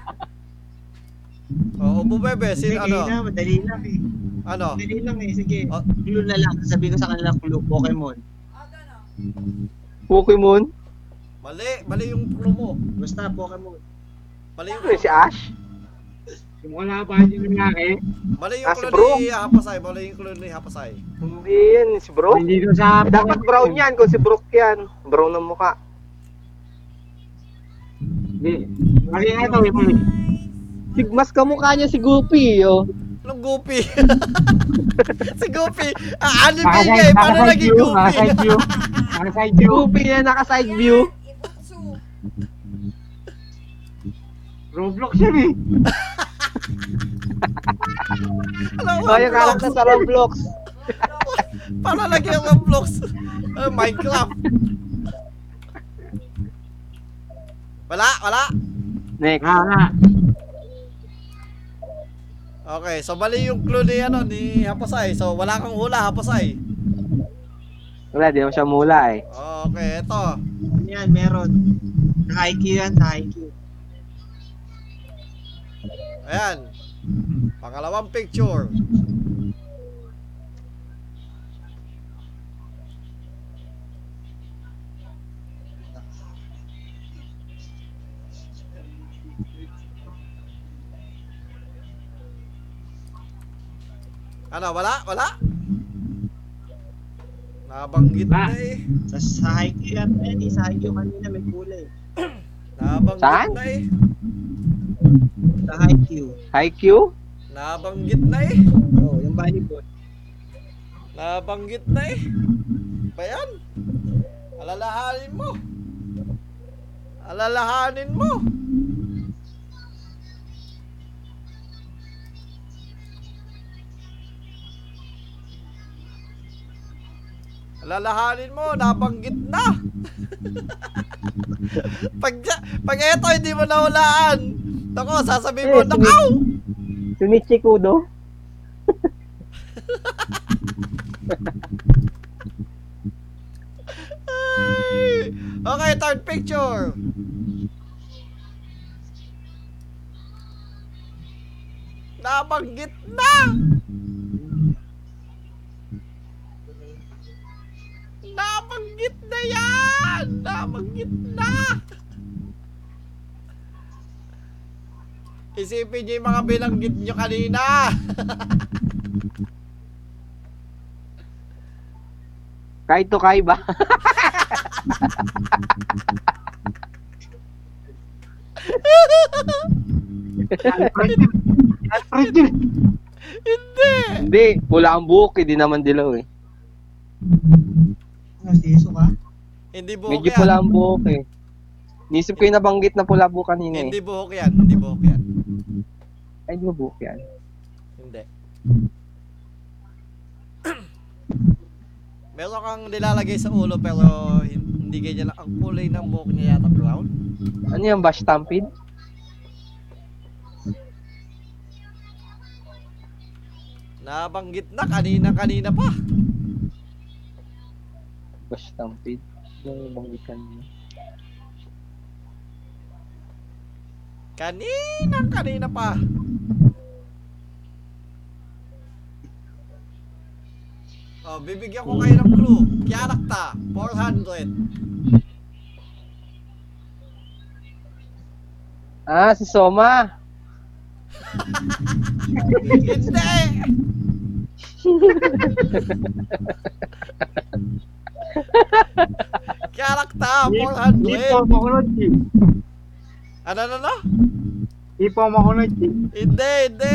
Oo, oh, bubebe,
Sige,
sin
kayo na.
ano?
Madali lang eh.
Ano?
Madali lang eh. Sige.
Oh.
Clue na lang. Sabi ko sa kanila clue. Pokemon.
Pokemon?
Mali, mali yung promo.
Basta Pokemon.
Mali yung
Ano si Ash?
Yung wala pa yung nangyari.
Mali yung
Ah, si
clue
Bro?
ni Hapasay, mali yung clue ni Hapasay.
Hindi yan, si Brook.
Hindi doon sa...
Oh. Dapat brown yan kung si Brook yan. Brown ang mukha.
Hindi. Mali na ito. eh, mali.
Si, mas kamukha niya si Gupi, oh.
Anong Goofy? si Goofy! Ah, anime niya eh, paano
Nakaside
naging
view,
Goofy?
nakaside view.
Si
Nakaside view.
Gupi na naka-side view.
Roblox yun eh.
Alam mo,
Oh, yung
Roblox.
karakter sa Roblox.
Para lagi ang Roblox. Ah, Minecraft. Wala, wala.
Next.
Nga nga.
Okay, so mali yung clue ni ano ni Hapasay. So wala kang hula, Hapasay.
Wala, di naman siya mula eh.
Okay, eto.
Ano yan, meron. Naka-IQ yan, naka-IQ.
Ayan. Pangalawang picture. Ano, wala? Wala? Nabanggit na eh.
Sa, sa IQ yan, Freddy, sa IQ kanina may kulay.
Nabanggit
Saan?
na eh.
Sa IQ.
IQ?
Nabanggit na eh.
Oo, oh, yung volleyball.
Nabanggit na eh. Ba yan? Alalahanin mo. Alalahanin mo. Alalahanin mo, nabanggit na. pag, pag eto, hindi mo nahulaan. Nako, sasabihin mo,
Eh,
nakaw!
Si Michi Kudo?
Ay! Okay, third picture. Nabanggit na! Nabanggit na yan! Nabanggit na! Isipin niyo yung mga bilanggit niyo kanina!
Kaito Kai ba?
Alfred yun. Alfred yun.
Hindi!
Hindi, pula ang buhok, hindi naman dilaw eh.
Ano, siso ka?
Hindi buhok
Medyo
yan.
pula ang buhok eh. Nisip ko yung nabanggit na pula buhok kanina eh.
Hindi buhok yan. Hindi buhok yan.
Ay, di ba buhok yan?
Hindi. Meron kang nilalagay sa ulo pero hin- hindi ganyan lang. Ang kulay ng buhok niya yata brown.
Ano yung bash stampede?
Nabanggit na kanina-kanina pa.
Bash stampede? Ano Yung nabanggit kanina.
Kanina-kanina pa. Oh, bibigyan ko kayo ng clue. Kiarakta, 400.
Ah, si Soma!
Hindi! Kiarakta,
Ipo
400.
Makulochi.
Ano, ano, ano?
Ipo Makulochi.
Hindi, hindi.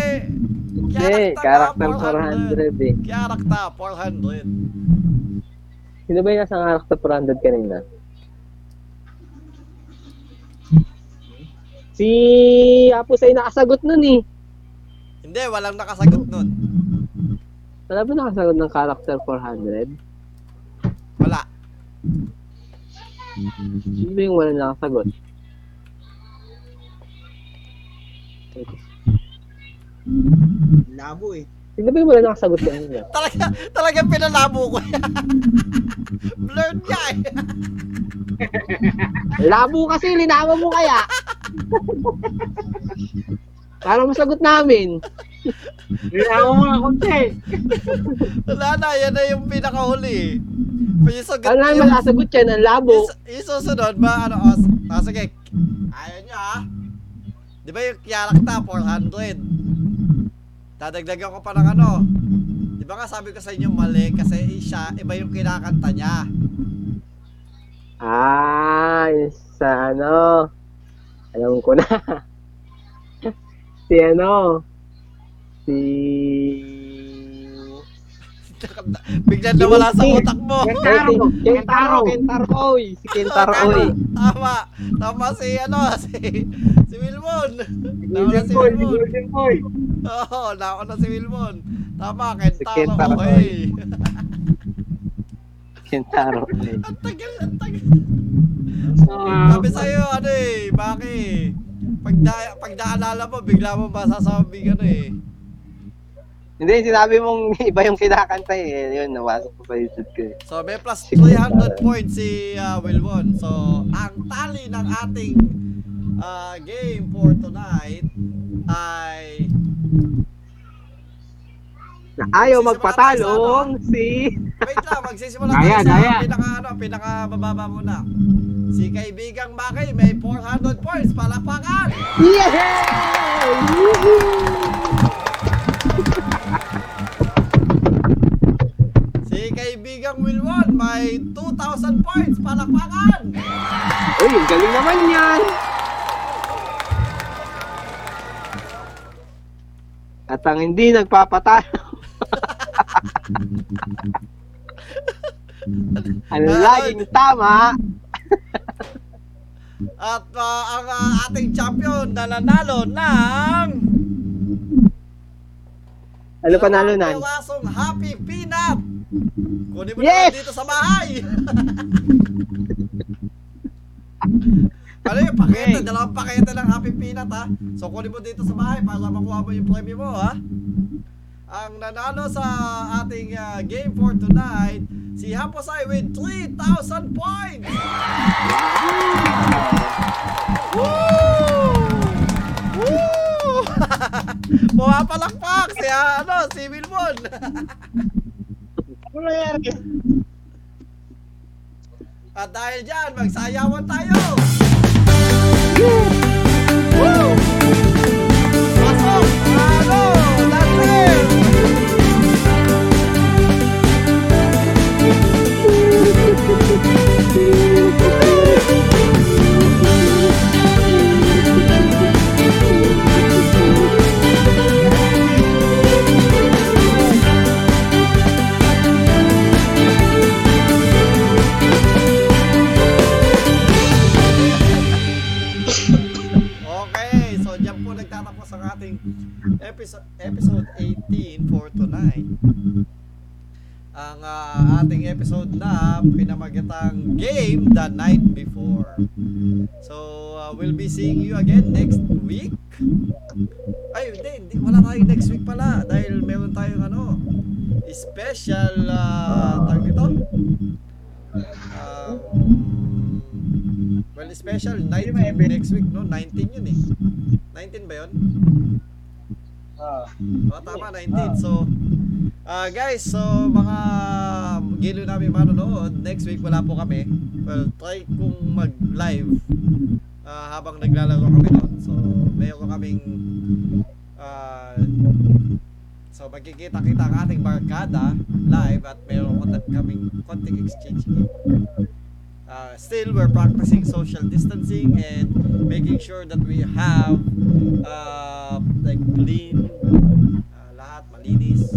Hindi, character 400 eh.
Character 400.
Sino ba yung nasa character 400 kanina? Si Apo ay nakasagot nun eh.
Hindi, walang nakasagot nun.
Wala ba nakasagot ng character 400?
Wala.
Sino ba yung wala nakasagot?
Labo eh.
Sino ba yung wala nakasagot kanina?
Talaga, talaga pinalabo ko yan. Blurred niya eh.
Labo kasi, linawa mo kaya! Para masagot namin.
Nilawa mo na konti.
Wala na, yan na yung pinakahuli. Yung sagot,
Ano naman
yung,
nakasagot yan ng labo?
yung, yung susunod ba? Ano, os, ah, sige. Ayaw niya ah. Di ba yung character 400? Dadagdagan ko pa ng ano. Di ba nga sabi ko sa inyo mali kasi siya, iba yung kinakanta niya.
Ah, yung sa ano? Alam ko na. si ano? Si...
Bigla na wala sa utak mo.
Kentaro. Kentaro.
Kentaro, Kentaro, oy! Si Kentaro, oy!
Tama, tama si ano, si, si Si Wilmon. Nauna
Golden
si
Boy, si
Wilmon.
Golden Boy.
Oo, oh, nauna si Wilmon. Tama, Kentaro.
Kentaro.
Okay.
Kintaro.
Ang tagal, ang tagal.
Ah,
Sabi sa'yo, ano eh, Maki. Pag, na, pag naalala mo, bigla mo masasabing ano eh.
Hindi, sinabi mong iba yung kinakanta eh. Yun, nawasok ko sa YouTube ko eh.
So may plus 300 points si ah, Wilwon. So ang tali ng ating ah, game for tonight ay
Na Ayaw magpatalong si...
Wait lang, magsisimula tayo sa
Daya, daya.
pinaka ano, pinaka bababa muna. Si kaibigang Maki may 400 points palakpakan. Si kaibigang Wilwon may 2,000 points palakpakan.
Uy, ang galing naman yan! At ang hindi nagpapatalo. ang laging tama.
At ah, ang ah, ating champion na nanalo ng
Ano panalo na?
Pirasong Happy Peanut. Kunin mo
Yes!
naman dito sa bahay. ano yung pakete? Dalawang pakete ng Happy Peanut ha. So kunin mo dito sa bahay para makuha mo yung premium mo ha. Ang nanalo sa ating ah, game for tonight, si Haposay with 3,000 points! Woo! Woo! Pumapalakpak si ah, ano, si Wilmon.
Ano
At dahil dyan, magsayawan tayo! Woo! Pasok! Ano? Latin! Okay, so dyan po nagtatapos ang ating episode, episode 18 for tonight. Ang ah, ating episode na pinamagatang Game the Night Before. So, ah, we'll be seeing you again next week. Ay, hindi, hindi. Wala tayong next week pala dahil meron tayong ano, special, ah, tawag dito? Ah, well, special, 19 next week, no? 19 yun eh. 19 ba yun? Oo, tama, 19. So, ah guys, so mga gilo namin manonood, next week wala po kami. Well, try kung mag-live ah, habang naglalaro kami noon. So, meron kaming ah so magkikita-kita ang ating barkada live at meron ko- kaming konting exchange game. Uh, still, we're practicing social distancing and making sure that we have uh, like clean, uh, lahat malinis.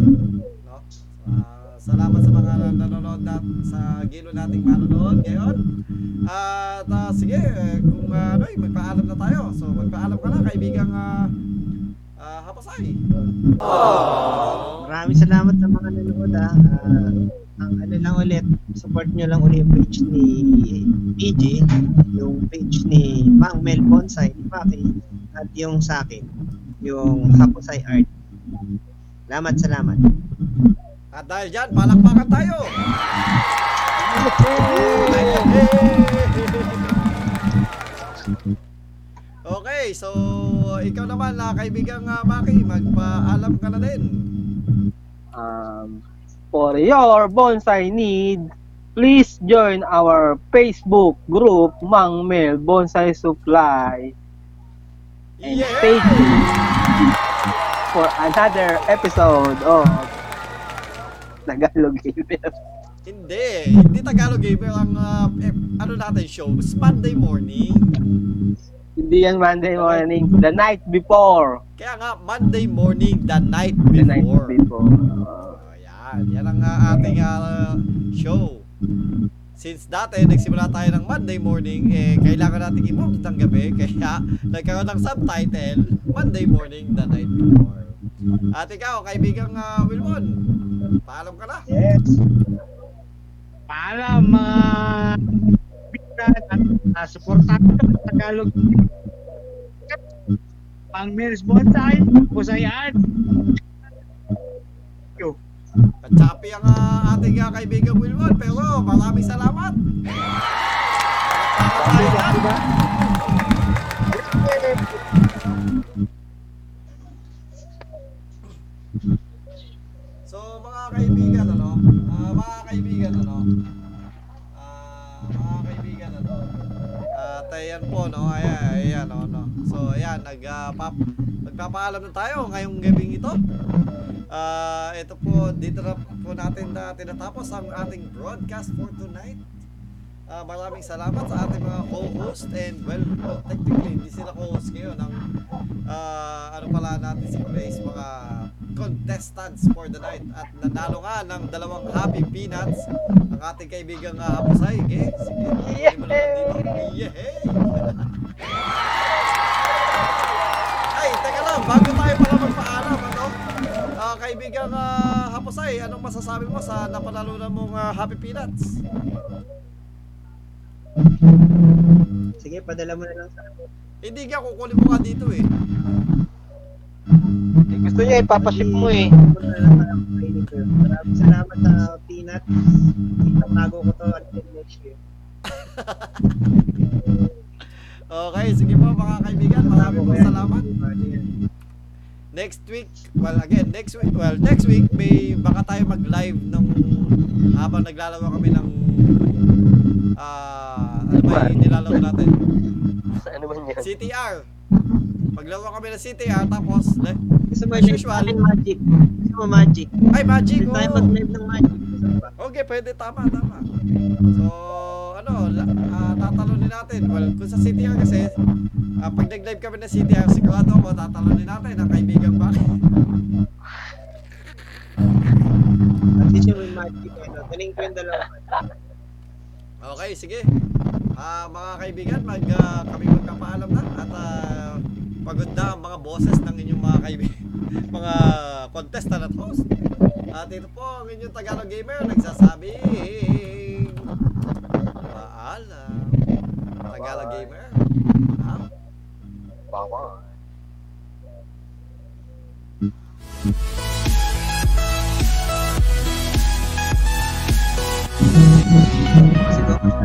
No? Uh, salamat sa mga nanonood na, sa gino nating manonood ngayon. At uh, sige, eh, kung uh, ano, eh, magpaalam na tayo. So magpaalam ka na, kaibigang uh, uh, Hapasay.
Maraming salamat sa mga nanonood ah. Ah, ang ano lang ulit, support nyo lang ulit yung page ni AJ, yung page ni Mang Mel Bonsai, ni Paki, at yung sa akin, yung Haposay Art. Salamat, salamat.
At dahil dyan, palakpakan tayo! Okay, so ikaw naman na kaibigang uh, Maki, magpaalam ka na din.
um, for your bonsai need, please join our Facebook group Mang Mel Bonsai Supply and stay
Yeah!
tuned for another episode of Tagalog Gamer.
Hindi, hindi Tagalog Gamer ang ah, eh, ano natin show, It's Monday morning.
Hindi yan Monday morning, the night before.
Kaya nga, Monday morning, the night
The night
before.
before.
Ayan, yan ang ah, ating ah, show. since dati nagsimula tayo ng Monday morning, eh, kailangan natin i-move ng gabi. Kaya nagkaroon ng subtitle, Monday morning, the night before. At ikaw, kaibigang ah, Wilmon, paalam ka na.
Yes.
Paalam mga bitan at uh, suportado ng Tagalog. Pang Mills Bonsai, Pusayaan.
Kachapi ang ah, ating ah, kaibigang Wilmon, pero maraming salamat. So mga kaibigan ano, ah, mga kaibigan ano, ah, mga kaibigan ano, at ayan po no, ayan, ayan no, no. So ayan, nag, ah, pap- nagpapaalam na tayo ngayong gabing ito. Ah, ito po, dito na po natin na tinatapos ang ating broadcast for tonight. Ah, maraming salamat sa ating mga co-host and well, well, technically hindi sila co-host ngayon ang ah, ano pala natin si Grace mga contestants for the night at nanalo nga ng dalawang happy peanuts ang ating kaibigang uh, Hapasay eh. Sige, tuloy mo naman dito. Yehey! Ay, teka lang, bago tayo pala magpaalam, ano? Ah, kaibigang ah, Hapusay, anong masasabi mo sa napanalunan mong ah, Happy Peanuts?
Sige, padala mo na lang sa akin.
Hindi ka kukunin mo ka dito eh.
Eh, Gusto niya ipapaship mo eh.
Padala mo na lang sa akin, sir. Maraming salamat sa peanut. Itatago ko to until next year.
Okay, sige po mga kaibigan, maraming po salamat.
Bali,
Next week, well again, next week, well next week, may baka tayo mag-live ng habang naglalaro kami ng ah ano ba yung nilalaro natin?
Sa ano man yan?
CTR. Maglaro kami ng CTR tapos le-
Gusto mo
As
live
usual.
natin magic? Gusto mo magic?
ay magic.
Hindi tayo
oh!
mag-live ng magic. Gusto mo ba?
Okay, pwede. Tama, tama. So, ano, la- ah, tatalunin natin. Well, kung sa CTR kasi, ah, pag nag-live kami ng CTR, sigurado ako tatalunin natin ang kaibigan ba?
At least yung may magic. Ano? Galing ko yung dalawa.
Okay, sige. Ah, mga kaibigan, mag, ah, kami magkapaalam na at ah, pagod na ang mga boses ng inyong mga kaibigan, mga contestant at host. At ito po ang inyong Tagalog Gamer nagsasabi Paalam Tagalog Gamer Ah.
Bawa.
Siguro.